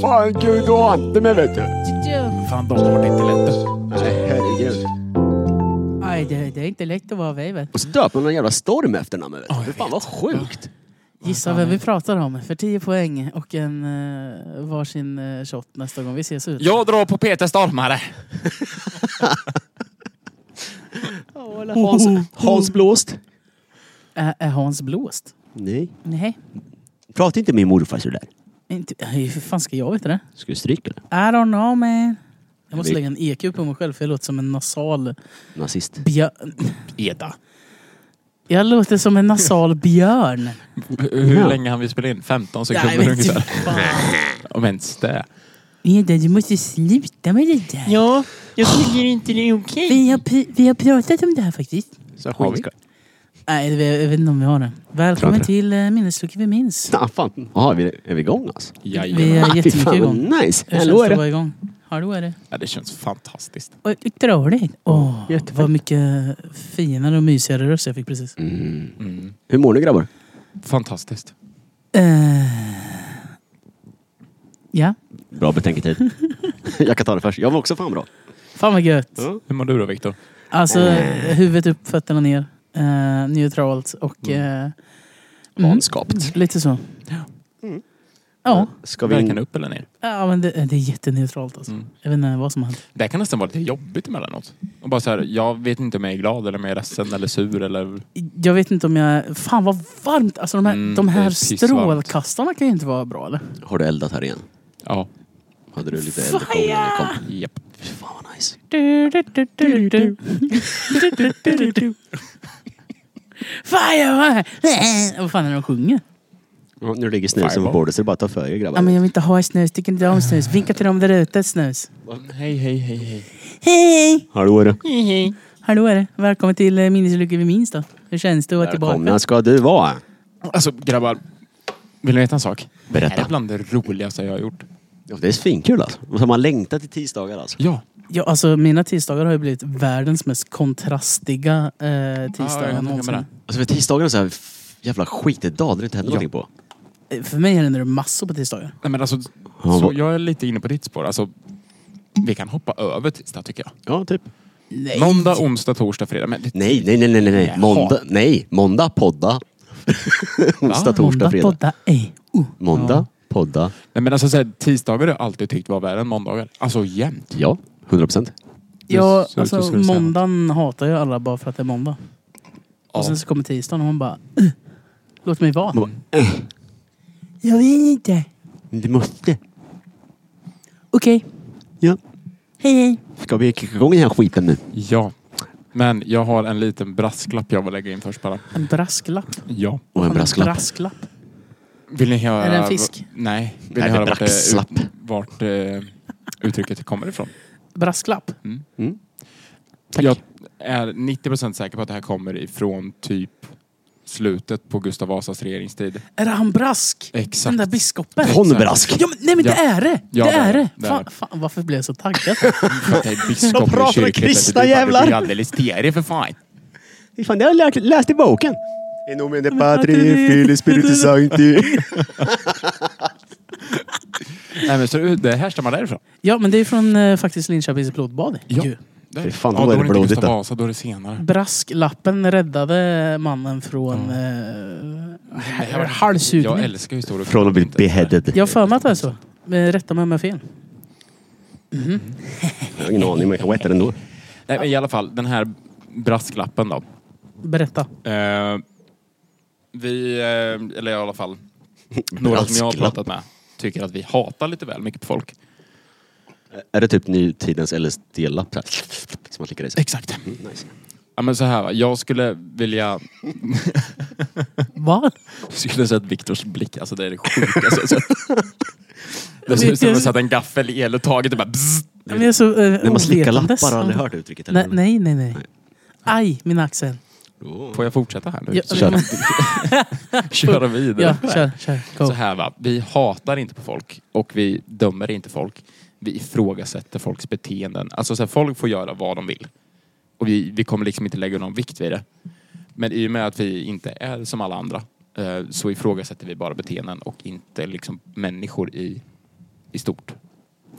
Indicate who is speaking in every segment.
Speaker 1: fan Gud och ante mig vet du.
Speaker 2: Fan, de har det inte lätt.
Speaker 3: Nej, herregud.
Speaker 4: Nej, det, det är inte lätt att vara Weiber.
Speaker 3: Och så döper man en jävla storm efter namnet. Vet du. Fy fan vad sjukt.
Speaker 4: Gissa vem vi pratar om för 10 poäng och en eh, varsin eh, shot nästa gång vi ses ut.
Speaker 2: Jag drar på Peter Stormare.
Speaker 3: Hans, Hans Blåst.
Speaker 4: Ä- är Hans blåst?
Speaker 3: Nej.
Speaker 4: Nej.
Speaker 3: Prata inte med min morfar sådär.
Speaker 4: Inte, nej, hur fan ska jag veta det?
Speaker 3: Ska du stryka eller?
Speaker 4: I don't know man. Jag måste
Speaker 3: Vi-
Speaker 4: lägga en EQ på mig själv för jag låter som en nasal
Speaker 3: Nazist.
Speaker 4: björn.
Speaker 2: Eda.
Speaker 4: Jag låter som en nasal björn.
Speaker 2: Hur
Speaker 3: Ja.
Speaker 2: länge har vi spelat in? 15 sekunder
Speaker 4: Nej, men typ.
Speaker 2: ungefär.
Speaker 4: fan.
Speaker 2: Om ens det.
Speaker 4: Eda, du måste sluta med det där.
Speaker 2: Ja, jag tycker inte det är okej.
Speaker 4: Vi, har, pr- vi har pratat om det här faktiskt.
Speaker 2: Så har vi.
Speaker 4: Nej, det- jag vet inte om vi har det.
Speaker 3: Bra,
Speaker 4: Välkommen
Speaker 3: bra.
Speaker 4: till eh, Minnesluckan vi minns.
Speaker 3: Ja, fan. Jaha, är vi, är vi igång alltså?
Speaker 4: Vi
Speaker 2: Jajamän.
Speaker 4: har jättemycket
Speaker 3: Fy fan,
Speaker 4: igång.
Speaker 3: vad nice.
Speaker 4: Hur
Speaker 3: Hallå är
Speaker 4: känns det att
Speaker 3: det.
Speaker 4: vara igång? Hallå är det.
Speaker 2: Ja, det känns fantastiskt.
Speaker 4: Oj, Otroligt. Åh,
Speaker 3: Jättefint.
Speaker 4: vad mycket finare och mysigare röst jag fick precis.
Speaker 3: Mm.
Speaker 2: Mm.
Speaker 3: Hur mår ni grabbar?
Speaker 2: Fantastiskt.
Speaker 4: Eh, ja,
Speaker 3: Bra betänketid. jag kan ta det först. Jag var också fan bra.
Speaker 4: fan vad gött.
Speaker 3: Ja. Mm.
Speaker 2: Hur mår du då Viktor?
Speaker 4: Alltså huvudet upp, fötterna ner. Eh, neutralt och... Eh, mm,
Speaker 3: Vanskapt.
Speaker 4: lite så. Ja.
Speaker 3: Ska vi...
Speaker 2: Verkar
Speaker 3: In...
Speaker 2: upp eller ner?
Speaker 4: ja, men det, det är jätteneutralt alltså.
Speaker 2: Mm.
Speaker 4: Jag vet inte vad som har hänt.
Speaker 2: Det kan nästan vara lite jobbigt emellanåt. Och bara så här, jag vet inte om jag är glad eller om jag är ledsen eller sur eller...
Speaker 4: Jag vet inte om jag... Fan vad varmt! Alltså de här,
Speaker 2: Mm,
Speaker 4: de
Speaker 2: det
Speaker 4: här
Speaker 2: är pissvarmt.
Speaker 4: strålkastarna kan ju inte vara bra eller?
Speaker 3: Har du eldat här igen?
Speaker 2: Ja.
Speaker 3: Hade du lite elduktion när du kom?
Speaker 2: Japp.
Speaker 3: Fy fan vad nice.
Speaker 4: Du, du, du, du, du. Du, du, du, du, du. Fire! Vad fan är det de sjunger?
Speaker 3: Ja, nu ligger snusen på
Speaker 2: Fireball.
Speaker 3: bordet så det är bara att ta för er
Speaker 4: Ja,
Speaker 3: grabbar.
Speaker 4: men jag vill inte ha snus, tycker inte om snus. Vinka till dem där ute, snus.
Speaker 2: Hej, hej, hej, hej.
Speaker 4: Hej!
Speaker 3: Hallå är det.
Speaker 4: Hallå är det. Välkommen till eh, Minnesluckan vi minns då. Hur känns det att vara tillbaka?
Speaker 3: Välkomna ska du vara.
Speaker 2: Alltså grabbar, vill ni veta en sak? Det är
Speaker 3: Berätta.
Speaker 2: bland det roligaste jag har gjort.
Speaker 3: Ja, det är svinkul alltså. Och så har man längtat till tisdagar alltså.
Speaker 2: Ja.
Speaker 4: Ja, alltså, mina tisdagar har ju blivit världens mest kontrastiga eh,
Speaker 2: Ja, jag
Speaker 4: tisdagar
Speaker 2: kan
Speaker 4: någonsin.
Speaker 2: tänka mig
Speaker 3: Alltså för tisdagar är så här f- jävla skitig dag där det inte händer
Speaker 2: Ja.
Speaker 3: någonting på.
Speaker 4: Eh, För mig händer det massor på tisdagar.
Speaker 2: Nej men alltså,
Speaker 3: Ja,
Speaker 2: så
Speaker 3: vad-
Speaker 2: jag är lite inne på ditt spår. Alltså, vi kan hoppa över tisdag tycker jag.
Speaker 3: Ja, typ.
Speaker 4: Nej.
Speaker 2: Måndag, onsdag, torsdag, fredag. Men det,
Speaker 3: Nej, nej, nej, nej, nej, nej.
Speaker 2: Jaha.
Speaker 3: Måndag, nej. Måndag podda. Onsdag, torsdag,
Speaker 4: Måndag,
Speaker 3: fredag.
Speaker 4: podda, ej. Oh.
Speaker 3: Måndag podda.
Speaker 2: nej, men alltså, så här, tisdagar har jag alltid tyckt var värre än måndagar. Alltså jämt.
Speaker 3: Ja, 100 procent.
Speaker 4: Ja,
Speaker 2: Det ser ut
Speaker 4: alltså
Speaker 2: att skulle säga
Speaker 4: måndagen hatar ju alla bara för att det är måndag.
Speaker 2: Ja.
Speaker 4: Och sen så kommer tisdagen och man bara... "Ugh, Låt mig vara.
Speaker 3: Man
Speaker 4: Jag vill inte.
Speaker 3: Du måste.
Speaker 4: Okej.
Speaker 3: Ja.
Speaker 4: Hej hej.
Speaker 3: Ska vi kicka igång den här skiten nu?
Speaker 2: Ja. Men jag har en liten brasklapp jag vill lägga in först bara.
Speaker 4: En brasklapp.
Speaker 2: Ja.
Speaker 3: Och en brasklapp.
Speaker 4: brasklapp.
Speaker 2: Vill ni höra...
Speaker 4: Är det en fisk?
Speaker 2: Nej.
Speaker 3: Nej,
Speaker 2: Vill ni
Speaker 3: det är
Speaker 2: höra vart, det,
Speaker 3: braxlapp.
Speaker 2: ut, vart eh, uttrycket kommer ifrån?
Speaker 4: Brasklapp.
Speaker 3: Tack.
Speaker 2: Jag är 90% säker på att det här kommer ifrån typ slutet på Gustav Vasas regeringstid.
Speaker 4: Är det han Brask?
Speaker 2: Exakt.
Speaker 4: Den där biskopen?
Speaker 3: Honbrask.
Speaker 4: Ja, men, nej men
Speaker 2: Ja.
Speaker 4: det är det!
Speaker 2: Ja,
Speaker 4: det är det!
Speaker 2: det är
Speaker 4: Fan,
Speaker 2: det.
Speaker 4: fan, varför blev jag så taggad?
Speaker 2: För att det är biskop
Speaker 3: De pratar
Speaker 2: i kyrkan,
Speaker 3: kristna
Speaker 2: så du-
Speaker 3: jävlar.
Speaker 2: Du blir alldeles sterig för fan.
Speaker 3: Fy fan, det har jag lärt- läst i boken. I nomine patri, fili, spiritus sancti.
Speaker 2: Nej men så det härstammar därifrån.
Speaker 4: ja men det är från eh, faktiskt Linköpings blodbad. Ju.
Speaker 2: Det-
Speaker 3: Fy fan,
Speaker 2: ja,
Speaker 3: då är det
Speaker 2: inte
Speaker 3: blodigt
Speaker 2: Gustav
Speaker 3: då.
Speaker 2: Vasa, då är det senare.
Speaker 4: Brasklappen räddade mannen från... Mm. Eh, halshugning.
Speaker 2: Jag älskar historier.
Speaker 3: Från att bli beheaded.
Speaker 4: Jag har för mig att det är så. Men Rätta mig om jag har fel.
Speaker 3: Jag har ingen aning, men jag kan veta det ändå.
Speaker 2: Nej, men I alla fall, den här brasklappen då.
Speaker 4: Berätta.
Speaker 2: Eh, vi, eh, eller i alla fall, några som jag har
Speaker 3: Brasklapp.
Speaker 2: pratat med tycker att vi hatar lite väl mycket på folk.
Speaker 3: Är det typ nutidens LSD-lapp? här? Som man klickar i sig.
Speaker 2: Exakt.
Speaker 3: Mm, nice.
Speaker 2: Ja, men så här, va. jag skulle vilja...
Speaker 4: Vad?
Speaker 2: Jag skulle säga att Viktors blick, alltså det är det sjukaste jag sett. Det ser ut som att jag satt en gaffel i eluttaget och bara bzzz.
Speaker 4: Men jag är så, eh,
Speaker 3: När man slickar
Speaker 4: ovetandes.
Speaker 3: lappar, har aldrig hört uttrycket?
Speaker 4: Nej,
Speaker 3: eller?
Speaker 4: nej, nej, nej. Aj, min axel.
Speaker 3: Åh.
Speaker 2: Får jag fortsätta här nu?
Speaker 4: Ja,
Speaker 2: Så
Speaker 3: Kör.
Speaker 2: Köra vidare.
Speaker 4: Ja, kör, kör.
Speaker 2: Så
Speaker 4: Go.
Speaker 2: här va, vi hatar inte på folk och vi dömer inte folk. Vi ifrågasätter folks beteenden. Alltså så här, folk får göra vad de vill. Och vi, vi kommer liksom inte lägga någon vikt vid det. Men i och med att vi inte är som alla andra eh, så ifrågasätter vi bara beteenden och inte liksom människor i i stort.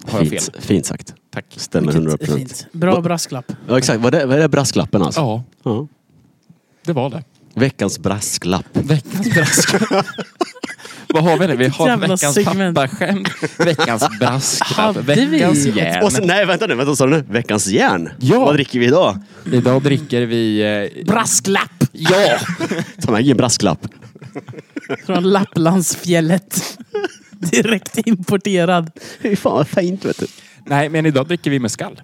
Speaker 2: Har jag fel?
Speaker 3: Fint, fint sagt.
Speaker 2: Tack.
Speaker 3: Stämmer
Speaker 4: Vilket
Speaker 3: 100
Speaker 4: är
Speaker 3: procent.
Speaker 4: fint. Bra
Speaker 3: Va-
Speaker 4: brasklapp.
Speaker 3: Ja, exakt. Vad är, vad är det brasklappen alltså?
Speaker 2: Ja,
Speaker 3: Ja.
Speaker 2: det var det.
Speaker 3: Veckans brasklapp.
Speaker 2: Veckans brasklapp. Vad har vi nu? Vi har
Speaker 4: Jävla
Speaker 2: veckans
Speaker 4: segment.
Speaker 2: pappaskämt, veckans brasklapp,
Speaker 4: Hade vi
Speaker 2: veckans
Speaker 4: ett-
Speaker 2: järn.
Speaker 3: Och sen, nej, vänta nu. Vänta, vad sa du nu? Veckans järn.
Speaker 2: Ja.
Speaker 3: Vad dricker vi idag?
Speaker 2: Idag dricker vi... Eh,
Speaker 4: Brasklapp!
Speaker 2: ja!
Speaker 3: Ta med en brasklapp.
Speaker 4: Från Lapplandsfjället. Direkt importerad.
Speaker 3: Fy fan vad fint vet du.
Speaker 2: Nej, men idag dricker vi mezcal.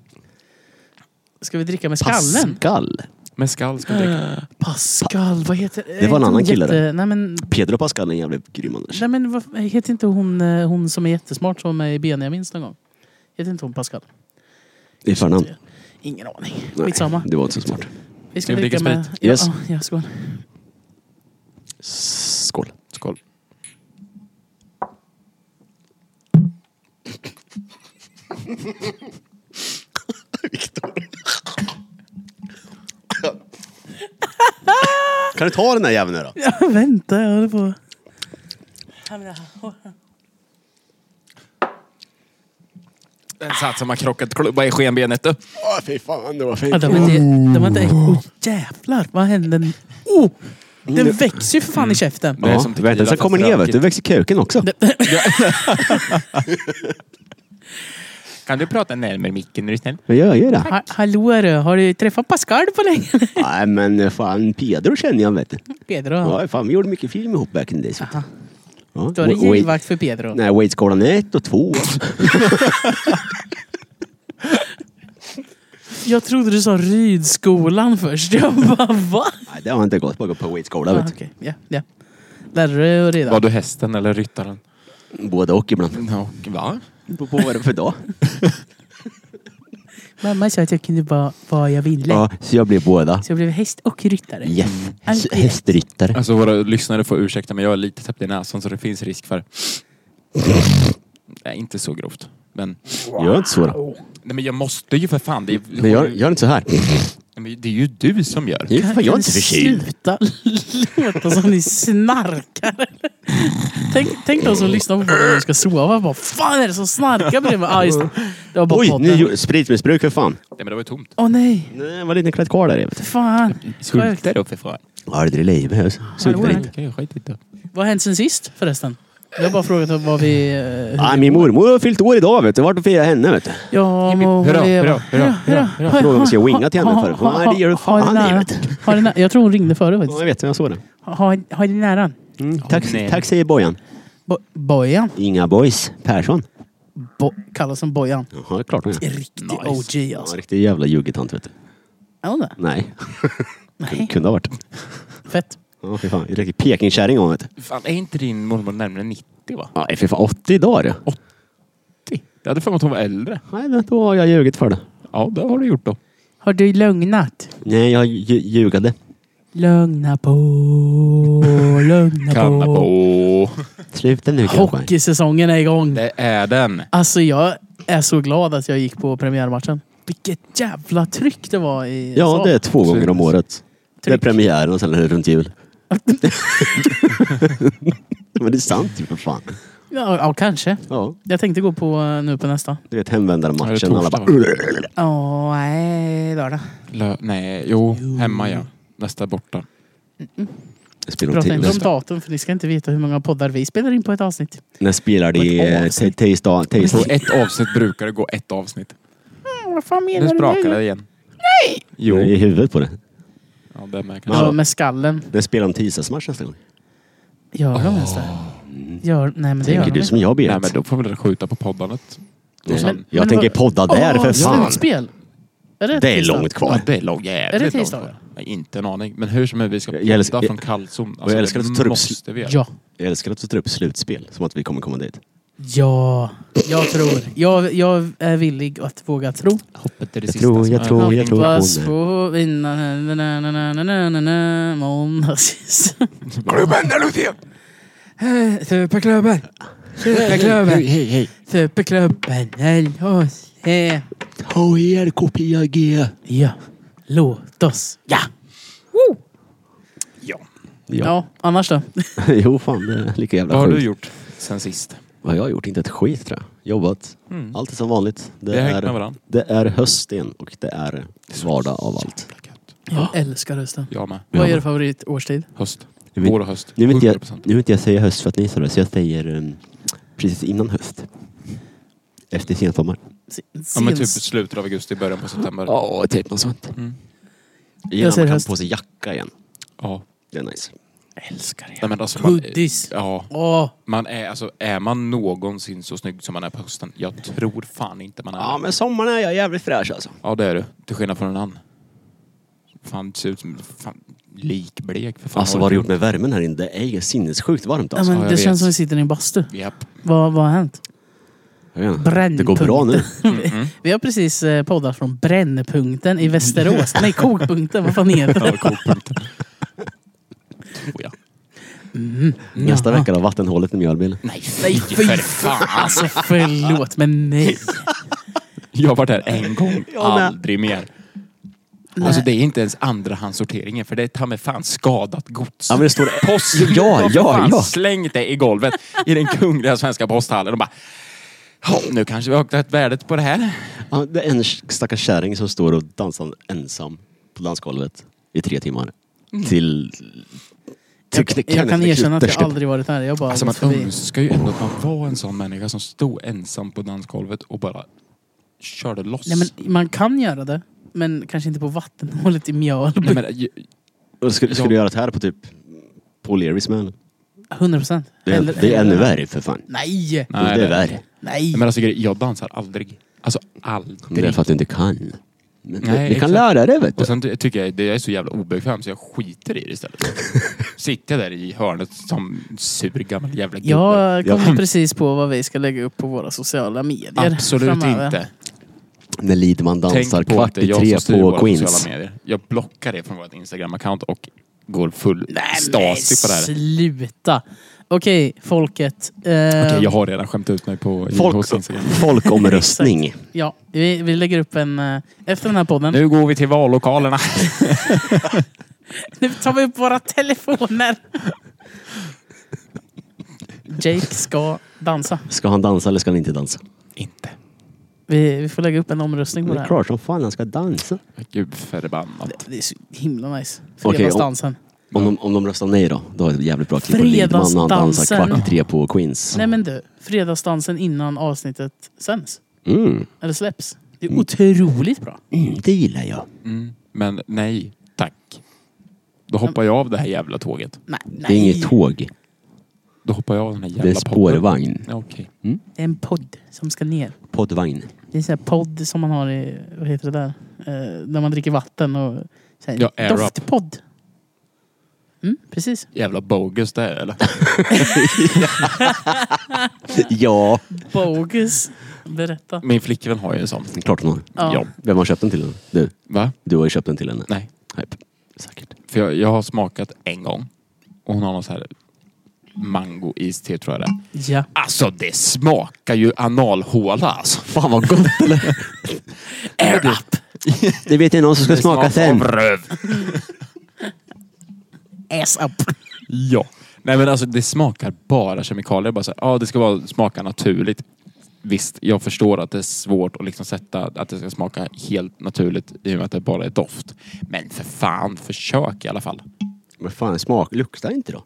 Speaker 4: Ska vi dricka med skallen?
Speaker 3: Pascal.
Speaker 2: Mezcal ska vi dricka.
Speaker 4: Pascal, vad heter...
Speaker 3: Eh, Det var en annan kille
Speaker 4: det. Nej men,
Speaker 3: Pedro Pascal är en jävligt grym annars.
Speaker 4: nej, men vad, heter inte hon, eh, hon som är jättesmart som är i Benjamins någon gång? Heter inte hon Pascal?
Speaker 3: I förnamn.
Speaker 4: Ingen aning.
Speaker 3: Mm. Nej,
Speaker 4: Skitsamma.
Speaker 3: Det var inte så smart.
Speaker 4: Vi
Speaker 2: Ska vi dricka
Speaker 4: med...
Speaker 2: sprit?
Speaker 4: Ja,
Speaker 3: Yes.
Speaker 4: ja, skål.
Speaker 3: Skål.
Speaker 2: Skål.
Speaker 3: Kan du ta den där jäveln nu då?
Speaker 4: Ja, vänta, jag håller på.
Speaker 2: Den satt som har krockat klubba i skenbenet. du.
Speaker 3: Åh, fy fan, det var
Speaker 4: Ja,
Speaker 3: fint.
Speaker 4: de var inte... De var inte
Speaker 3: Mm.
Speaker 4: oh, jävlar, vad hände? nu? Oh,
Speaker 3: Mm.
Speaker 4: den växer ju för fan i käften.
Speaker 2: Det är som tequila,
Speaker 3: vänta, sen
Speaker 2: fast
Speaker 3: kommer ner vet
Speaker 2: rökigt.
Speaker 3: du. växer kuken också.
Speaker 2: Kan du prata närmare micken är du snäll?
Speaker 3: Men jag gör det.
Speaker 4: Ha, hallå du, har du träffat Pascal på länge?
Speaker 3: Nej men fan, Pedro känner jag vet du.
Speaker 4: Pedro?
Speaker 3: Ja, fan, vi gjorde mycket film ihop back in the days. vet du.
Speaker 4: Aha.
Speaker 3: Ja.
Speaker 4: Då är det
Speaker 3: Wa- wa-
Speaker 4: givvakt för Pedro.
Speaker 3: Nej, Wadeskalan 1 och 2.
Speaker 4: Jag trodde du sa Rydskolan först. Jag bara va?
Speaker 3: Nej, det har inte gått. Bara gå på Wadeskola
Speaker 4: Ah,
Speaker 3: vet
Speaker 4: Okej, ja, ja. Lärde du att rida?
Speaker 2: Var du hästen eller ryttaren?
Speaker 3: du. Både och ibland.
Speaker 2: Och va?
Speaker 3: På, på vad är det för dag?
Speaker 4: Mamma sa att jag kunde vara vad jag ville.
Speaker 3: Ja, så jag blev båda.
Speaker 4: Så jag blev häst och ryttare.
Speaker 3: Yes.
Speaker 4: Allt är rätt.
Speaker 3: Hästryttare.
Speaker 2: Alltså våra lyssnare får ursäkta men jag är lite täppt i näsan så det finns risk för... Nej, inte så grovt. Men,
Speaker 3: Gör inte så då.
Speaker 2: nej, men jag måste ju för fan. Det är,
Speaker 3: Men gör, gör inte så här.
Speaker 2: Nej, men det är ju du som gör.
Speaker 3: Det är ju för fan, jag är inte
Speaker 4: Kan ni
Speaker 3: förkyld.
Speaker 4: Sluta låta som ni snarkar. tänk, tänk de som lyssnar på podden när de ska sova. Vad fan är det som snarkar bredvid mig? Ah, just det. Det var bara
Speaker 3: Oj,
Speaker 4: podden.
Speaker 3: nu gjorde- spritmissbruk för fan.
Speaker 2: Nej men det var ju tomt.
Speaker 4: Åh nej!
Speaker 3: Nej, det var en liten klätt kvar där. jag vet.
Speaker 4: Fan! Sjukt.
Speaker 2: då för fan.
Speaker 3: Aldrig i livet. Super
Speaker 4: det var-
Speaker 3: inte.
Speaker 2: Okej, jag skiter i det.
Speaker 4: Vad har hänt sen sist förresten? Jag har bara frågat om vad vi... eh,
Speaker 3: Nej, min mormor har fyllt år idag vet du. Vart och fira henne vet du.
Speaker 4: Ja, må hon
Speaker 2: Hurra,
Speaker 4: leva.
Speaker 2: hurra, hurra, hurra, hurra.
Speaker 3: Frågade om vi ska winga till henne
Speaker 4: Ha-
Speaker 3: för det.
Speaker 4: ha-
Speaker 3: Nej, det gör du
Speaker 4: ha- ha
Speaker 3: fan
Speaker 4: det
Speaker 3: i,
Speaker 4: nära.
Speaker 3: vet du.
Speaker 4: Ha det nära. Jag tror hon ringde förut
Speaker 3: Ja,
Speaker 4: faktiskt.
Speaker 3: jag vet. Jag såg det. Mm.
Speaker 4: Ha, ha det nära.
Speaker 3: Tack,
Speaker 2: nej.
Speaker 3: tack säger Bojan.
Speaker 4: Bo, bojan.
Speaker 3: Inga boys. Persson.
Speaker 4: Bo, kallas som Bojan.
Speaker 3: Ja, det är klart hon är.
Speaker 4: Riktig
Speaker 2: Nice.
Speaker 4: OG
Speaker 3: Ja,
Speaker 4: alltså.
Speaker 3: riktig jävla ljugetant vet du.
Speaker 4: Är hon det?
Speaker 3: Nej.
Speaker 4: Nej.
Speaker 3: Kunde ha varit.
Speaker 4: Fett.
Speaker 3: Ja, fy fan. Riktig pekingkärring hon vet du.
Speaker 2: Fan, är inte din mormor närmare 90 va?
Speaker 3: Nej, fy fan. 80 idag du.
Speaker 2: Jag hade för mig att hon var äldre.
Speaker 3: Nej, då har jag ljugit för det.
Speaker 2: Ja, det har du gjort då.
Speaker 4: Har du lögnat?
Speaker 3: Nej, jag lju- ljugade.
Speaker 4: Lögna på, lögna på.
Speaker 2: Kannabo.
Speaker 3: Sluta nu grabbar.
Speaker 4: Hockeysäsongen är igång.
Speaker 2: Det är den.
Speaker 4: Alltså jag är så glad att jag gick på premiärmatchen. Vilket jävla tryck det var i
Speaker 3: Ja,
Speaker 4: USA.
Speaker 3: det är två gånger om året. Det är
Speaker 4: Tryck.
Speaker 3: premiären och sen är det runt jul. Men det är sant ju för fan.
Speaker 4: Ja, ja, kanske.
Speaker 3: Ja,
Speaker 4: Jag tänkte gå på eh, nu på nästa.
Speaker 3: du vet hemvändarmatchen.
Speaker 2: Ja, det
Speaker 3: Alla bara...
Speaker 2: är
Speaker 4: Ja, nej, lördag.
Speaker 2: Lö- nej, jo, hemma ja. Nästa borta.
Speaker 3: Spelar de
Speaker 4: Prata inte om
Speaker 3: till-
Speaker 4: datum för ni ska inte veta hur många poddar vi spelar in på ett avsnitt.
Speaker 3: När spelar
Speaker 4: På
Speaker 3: de
Speaker 4: ett
Speaker 3: eh,
Speaker 4: avsnitt.
Speaker 3: te- tisdag?
Speaker 2: På
Speaker 3: tisdag-
Speaker 2: ett avsnitt brukar det gå ett avsnitt.
Speaker 4: Vad fan
Speaker 2: Nu sprakar det igen. Nej!
Speaker 3: I
Speaker 2: Jo.
Speaker 3: huvudet på det.
Speaker 2: Ja, det med kanske.
Speaker 4: Ja, med skallen.
Speaker 3: När spelar de tisdagsmatch nästa gång?
Speaker 4: Gör de ens det? Gör, nej men det gör
Speaker 3: Tänker
Speaker 4: de
Speaker 3: du
Speaker 4: inte.
Speaker 3: som jag
Speaker 2: Nej,
Speaker 3: Berit?
Speaker 2: men då får vi väl skjuta på poddandet.
Speaker 3: Nej,
Speaker 4: Men-
Speaker 3: Jag
Speaker 4: men
Speaker 3: tänker
Speaker 4: vad-
Speaker 3: podda där
Speaker 4: Åh,
Speaker 3: för fan.
Speaker 4: Slutspel! Är det,
Speaker 3: Det är
Speaker 4: tisdag?
Speaker 3: långt kvar.
Speaker 2: det är långt. Jävligt
Speaker 4: Är det tisdag?
Speaker 2: långt. Nej, inte en aning. Men hur som helst, vi ska
Speaker 3: Jag älskar-
Speaker 2: podda från kallzon.
Speaker 3: jag älskar att du tar
Speaker 2: det
Speaker 3: upp
Speaker 2: måste vi göra.
Speaker 4: Ja.
Speaker 3: Jag älskar att du tar upp slutspel. Som att vi kommer komma dit.
Speaker 4: Ja, jag tror. Jag, jag är villig att våga tro.
Speaker 2: Hoppet är det
Speaker 3: Jag
Speaker 2: sista.
Speaker 3: tror,
Speaker 2: som
Speaker 3: jag
Speaker 2: är.
Speaker 3: tror, jag
Speaker 4: Hoppas
Speaker 3: tror. hon är-
Speaker 4: på vinna na, na, na, na, na, na, na, na, måndags.
Speaker 2: Klubben där ute!
Speaker 4: Superklubben! Superklubben!
Speaker 3: Hej, hej.
Speaker 4: Superklubben LHC!
Speaker 3: Ta er KPAG.
Speaker 4: Ja, låt oss! Ja!
Speaker 2: Ja.
Speaker 4: Ja, annars då?
Speaker 3: jo, fan det är lika jävla
Speaker 2: Vad har
Speaker 3: sjukt.
Speaker 2: du gjort sen sist?
Speaker 3: Vad har jag gjort? Inte ett skit tror jag. jobbat.
Speaker 2: Mm.
Speaker 3: Allt är som vanligt. Det
Speaker 2: Vi har hängt med
Speaker 3: är,
Speaker 2: varandra.
Speaker 3: det är hösten och det är vardag av allt.
Speaker 4: Jag älskar hösten.
Speaker 2: Jag med.
Speaker 4: Vad är er favoritårstid?
Speaker 2: Höst.
Speaker 3: Nu vill,
Speaker 2: Vår och höst.
Speaker 3: nu vill, inte jag,
Speaker 2: 100%.
Speaker 3: nu vill inte jag säga höst för att ni sa det, så jag säger um, precis innan höst. Efter sensommar.
Speaker 4: Se-
Speaker 2: Ja, men typ
Speaker 4: sens-
Speaker 2: slutet av augusti, början på september.
Speaker 3: Ja, typ något sånt.
Speaker 2: Mm.
Speaker 3: Innan man
Speaker 4: säger
Speaker 3: kan
Speaker 4: höst.
Speaker 3: på sig jacka igen.
Speaker 2: Ja.
Speaker 3: Det är nice.
Speaker 4: Älskar det.
Speaker 2: Nej, men alltså, man,
Speaker 4: Hoodies.
Speaker 2: ja.
Speaker 4: Åh,
Speaker 2: Man är, alltså, är man någonsin så snygg som man är på hösten? Jag tror fan inte man är
Speaker 3: Ja, men sommaren är jag jävligt fräsch alltså.
Speaker 2: Ja, det är du. Till skillnad från en annan. Fan, du ser ut som fan, likblek för fan.
Speaker 3: Alltså vad har du gjort med värmen här inne? Det är ju sinnessjukt varmt
Speaker 4: ja,
Speaker 3: alltså.
Speaker 4: men
Speaker 2: ja,
Speaker 4: det
Speaker 2: jag vet. Mm.
Speaker 4: känns som vi sitter i en bastu.
Speaker 2: Japp.
Speaker 4: Vad, vad har hänt?
Speaker 3: Jag vet inte. Det går
Speaker 4: Brännpunkten.
Speaker 3: bra nu.
Speaker 2: Mm,
Speaker 4: Vi har precis eh, poddat från brännpunkten i Västerås. Nej, kokpunkten. Vad fan heter det?
Speaker 2: Ja, kokpunkt. Tror jag.
Speaker 3: Nästa
Speaker 4: Jaha.
Speaker 3: vecka då, vattenhålet i Mjölby.
Speaker 2: Nej, nej för fan.
Speaker 4: Alltså förlåt, men nej.
Speaker 2: Alltså, Jag har varit här en gång,
Speaker 3: Jag med.
Speaker 2: aldrig mer. Alltså det är inte ens andrahandssorteringen för det är ta mig fan skadat gods.
Speaker 3: Ja, men det står...
Speaker 2: Post,
Speaker 3: Ja,
Speaker 2: har
Speaker 3: ja,
Speaker 2: fan
Speaker 3: ja.
Speaker 2: slängt det i golvet i den kungliga svenska posthallen och bara "Ja, nu kanske vi har ökat värdet på det här.
Speaker 3: Ja, det är en stackars kärring som står och dansar ensam på dansgolvet i tre timmar. Till... till
Speaker 4: Jag, jag Mm. kan erkänna att jag aldrig varit här. Jag bara
Speaker 2: Alltså man
Speaker 4: gått förbi.
Speaker 2: önskar ju ändå att man var en sån människa som stod ensam på dansgolvet och bara körde loss.
Speaker 4: Nej, men man kan göra det. Men kanske inte på vattenhålet i Mjölby.
Speaker 2: Nej, men, ju-
Speaker 3: Och Skulle, skulle du göra det här på typ... På O'Learys med henne?
Speaker 4: 100 procent.
Speaker 3: Det är, det är ännu värre för fan.
Speaker 4: Nej!
Speaker 2: nej,
Speaker 3: det är värre.
Speaker 4: Nej!
Speaker 2: Nej, Men alltså, jag dansar aldrig. Alltså
Speaker 3: Det är
Speaker 2: aldrig.
Speaker 3: för att du inte kan. Men,
Speaker 2: Nej,
Speaker 3: du kan
Speaker 2: exakt.
Speaker 3: lära dig vet du.
Speaker 2: Och sen ty- tycker jag det är så jävla obekvämt så jag skiter i det istället. Sitter jag där i hörnet som sur gammal jävla gubbe.
Speaker 4: Jag kom
Speaker 3: Ja.
Speaker 4: precis på vad vi ska lägga upp på våra sociala medier.
Speaker 2: Absolut
Speaker 4: framöver.
Speaker 2: inte.
Speaker 3: När Lidman dansar
Speaker 2: Tänk på att
Speaker 3: kvart
Speaker 2: det är
Speaker 3: i
Speaker 2: jag
Speaker 3: tre
Speaker 2: som styr
Speaker 3: på
Speaker 2: våra
Speaker 3: Queens.
Speaker 2: sociala medier. Jag blockar det från vårt Instagram-account och går full
Speaker 4: Nej, men
Speaker 2: stasig på det här.
Speaker 4: sluta! Okej, folket. Eh,
Speaker 2: Okej, jag har redan skämt ut mig på JHs
Speaker 3: Folk,
Speaker 2: Instagram.
Speaker 3: folkomröstning.
Speaker 4: ja, vi, vi lägger upp en... eh, Efter den här podden.
Speaker 2: Nu går vi till vallokalerna.
Speaker 4: Nu tar vi upp våra telefoner. Jake ska dansa.
Speaker 3: Ska han dansa eller ska han inte dansa?
Speaker 2: Inte.
Speaker 4: Vi, vi får lägga upp en omröstning på
Speaker 3: Det är
Speaker 4: det här.
Speaker 3: klart som fan han ska dansa.
Speaker 2: Gud förbannat.
Speaker 4: Det är så himla nice.
Speaker 3: Okej,
Speaker 4: Fredagsdansen.
Speaker 3: Om de, om de röstar nej då? Då har jag ett jävligt bra klipp på Lidman när han dansar
Speaker 4: Fredagsdansen.
Speaker 3: kvart i tre på Queens.
Speaker 4: Nej men du, fredagsdansen innan avsnittet sänds.
Speaker 3: Mm.
Speaker 4: Eller släpps. Det är otroligt bra.
Speaker 3: Mm, det gillar jag.
Speaker 2: Mm. Men nej, tack. Då hoppar jag av det här jävla tåget.
Speaker 4: Nej,
Speaker 3: Det är
Speaker 4: nej.
Speaker 3: inget tåg.
Speaker 2: Då hoppar jag av den här jävla
Speaker 3: Det är
Speaker 2: podden.
Speaker 3: spårvagn.
Speaker 2: Ja, Okej.
Speaker 4: Det är en podd som ska ner.
Speaker 3: Poddvagn.
Speaker 4: Det är en sån här podd som man har i, vad heter det där? Eh, när man dricker vatten och... Så här,
Speaker 2: Ja, air up.
Speaker 4: doftpodd. Mm, precis.
Speaker 2: Jävla bogus det är eller?
Speaker 3: Ja.
Speaker 4: Bogus. Berätta.
Speaker 2: Min flickvän har ju en sån.
Speaker 3: Det är klart hon har.
Speaker 4: Ja.
Speaker 2: Ja.
Speaker 3: Vem har köpt den till henne? Du.
Speaker 2: Va?
Speaker 3: Du har ju köpt den till henne.
Speaker 2: Nej.
Speaker 3: Hype. Säkert.
Speaker 2: För jag, jag har smakat en gång. Och hon har någon sån här mango-iste tror jag det är.
Speaker 4: Ja.
Speaker 2: Alltså det smakar ju analhåla alltså.
Speaker 3: Fan vad gott eller?
Speaker 2: Air up!
Speaker 3: Det vet jag någon som ska smaka sen.
Speaker 2: röv.
Speaker 4: Ass up.
Speaker 2: Ja. Nej men alltså det smakar bara kemikalier. Bara så här, ja det ska vara, smaka naturligt. Visst, jag förstår att det är svårt att liksom sätta att det ska smaka helt naturligt i och med att det bara är doft. Men för fan, försök i alla fall.
Speaker 3: Men fan smak. Luktar inte då?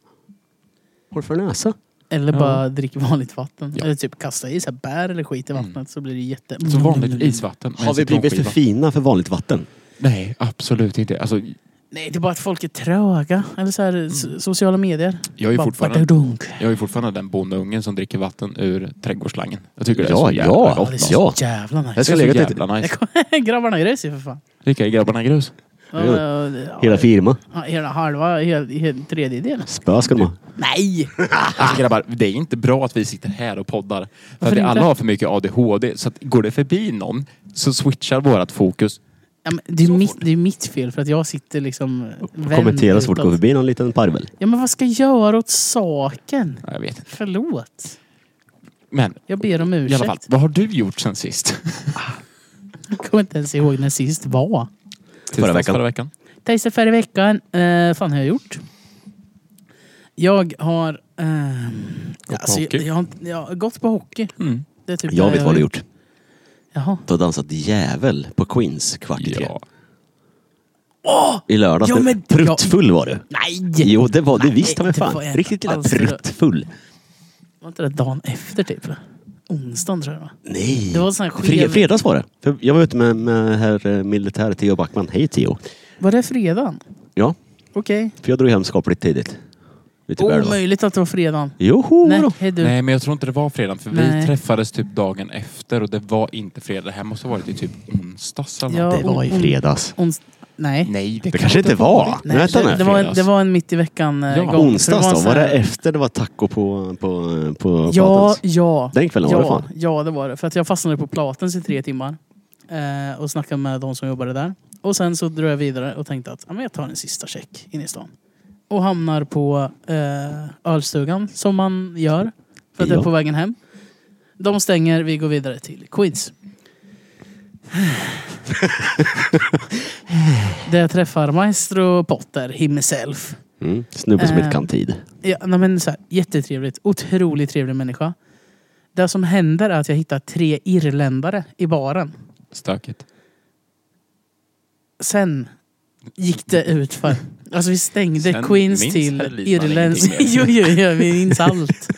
Speaker 3: Håll för näsa.
Speaker 4: Eller bara drick vanligt vatten.
Speaker 2: Ja. Mm.
Speaker 4: Eller typ kasta i så här bär eller skit i vattnet så blir det jätte... Mm.
Speaker 2: Så vanligt isvatten. med en
Speaker 3: Mm. Har vi blivit för
Speaker 2: citronskiva.
Speaker 3: fina för vanligt vatten?
Speaker 2: Nej, absolut inte. Alltså,
Speaker 4: Nej, det är bara att folk är tröga. Eller så här, so- sociala medier.
Speaker 2: Mm. Jag är
Speaker 4: Bara
Speaker 2: fortfarande-
Speaker 4: badadunk.
Speaker 2: jag är fortfarande den bondeungen som dricker vatten ur trädgårdsslangen. Jag tycker det är
Speaker 3: Ja,
Speaker 2: så jävla
Speaker 3: ja.
Speaker 2: gott.
Speaker 4: Ja, det är så
Speaker 3: Ja.
Speaker 4: jävla nice.
Speaker 3: Jag
Speaker 2: Det
Speaker 3: ska
Speaker 2: är så
Speaker 3: lägga till.
Speaker 2: jävla nice.
Speaker 4: Grabbarna är ju för fan.
Speaker 2: Dricka i grabbarna grus.
Speaker 4: Ja,
Speaker 3: Jo.
Speaker 4: ja, ja,
Speaker 3: Hela firma.
Speaker 4: ja, hela halva, hel, hel tredjedel.
Speaker 3: Spö ska de ha.
Speaker 4: Nej! Ah.
Speaker 2: Alltså grabbar, det är inte bra att vi sitter här och poddar. För att vi
Speaker 4: inte?
Speaker 2: alla har för mycket ADHD. Så att går det förbi någon så switchar vårat fokus.
Speaker 4: Ja, men det, är mitt, det är mitt fel för att jag sitter liksom vänd
Speaker 3: Kommentera så fort det
Speaker 4: utåt.
Speaker 3: går förbi någon liten parvel.
Speaker 4: Ja men vad ska jag göra åt saken?
Speaker 2: Ja, Jag vet inte.
Speaker 4: Förlåt.
Speaker 2: Men
Speaker 4: Jag ber om ursäkt.
Speaker 2: i alla fall, vad har du gjort sen sist?
Speaker 4: Jag kommer inte ens ihåg när sist var.
Speaker 2: Tisdags
Speaker 3: veckan.
Speaker 2: Förra veckan.
Speaker 4: Tejsen förra veckan. Eh, fan har jag gjort? Jag har... ehm,
Speaker 2: Gått på
Speaker 4: jag, ehm, alltså,
Speaker 2: hockey.
Speaker 4: jag, har inte- jag har gått på hockey.
Speaker 2: Mm.
Speaker 4: Det är typ
Speaker 3: Jag vet vad du har gjort.
Speaker 4: Jaha.
Speaker 3: Du har dansat djävul på Queens kvart i tre.
Speaker 2: Ja.
Speaker 3: I lördags.
Speaker 4: Ja, men-
Speaker 3: pruttfull var du.
Speaker 4: Nej!
Speaker 3: Jo, det var du
Speaker 4: Nej,
Speaker 3: visst ta mig
Speaker 4: det var
Speaker 3: fan.
Speaker 4: jag
Speaker 3: Riktigt lilla
Speaker 4: alls inte.
Speaker 3: pruttfull.
Speaker 4: Var inte det dagen efter typ? Onsdagen tror jag det var.
Speaker 3: Nej.
Speaker 4: Det var en sån här skev-
Speaker 3: Fre- Fredags var det. För jag var ute med, med herr eh, militär Theo Backman. Hej Theo.
Speaker 4: Var det fredagen?
Speaker 3: Ja,
Speaker 4: Okej.
Speaker 3: för jag drog hem skapligt tidigt. Lite väl då. Oh,
Speaker 4: Omöjligt att det var fredagen.
Speaker 3: Joho!
Speaker 4: Nej,
Speaker 3: då.
Speaker 4: hej du.
Speaker 2: Nej men jag tror inte det var fredag för vi
Speaker 4: Nej.
Speaker 2: träffades typ dagen efter och det var inte fredag. Det här måste ha varit i typ onsdags eller
Speaker 4: Ja.
Speaker 2: något.
Speaker 3: Det var i
Speaker 4: om-
Speaker 3: fredags.
Speaker 4: Ons... Nej.
Speaker 2: Nej
Speaker 3: Det kanske inte var.
Speaker 4: Nej,
Speaker 3: Nej, Vänta
Speaker 4: det,
Speaker 3: nu.
Speaker 4: det, var en,
Speaker 2: fredags.
Speaker 4: det var en mitt i veckan eh,
Speaker 2: Ja.
Speaker 4: gång. För det
Speaker 3: Onsdags
Speaker 4: var
Speaker 3: då?
Speaker 4: så
Speaker 3: Var
Speaker 4: här-
Speaker 3: det efter det var taco på, på, på
Speaker 4: Ja,
Speaker 3: Platans?
Speaker 4: ja.
Speaker 3: Den kvällen
Speaker 4: ja,
Speaker 3: var det fan.
Speaker 4: Ja, det var det. För att jag fastnade på Platens i tre timmar. Eh, och snackade med de som jobbade där. Och sen så drog jag vidare och tänkte att ja, men jag tar en sista check in i stan. Och hamnar på eh, ölstugan, som man gör. För att jag
Speaker 3: Ja.
Speaker 4: är på vägen hem. De stänger, vi går vidare till Queens. Där jag träffar Maestro Potter himself.
Speaker 3: Mm. Snubbe som
Speaker 4: Eh.
Speaker 3: inte kan tid.
Speaker 4: Ja, nej, men så här, jättetrevligt. Otroligt trevlig människa. Det som händer är att jag hittar tre irländare i baren.
Speaker 2: Stökigt.
Speaker 4: Sen gick det ut för. Alltså vi stängde
Speaker 2: Sen
Speaker 4: Queens
Speaker 2: minns
Speaker 4: till
Speaker 2: Hellrich man
Speaker 4: Irländsk...
Speaker 2: ingenting
Speaker 4: jo, jo, jo, vi minns allt.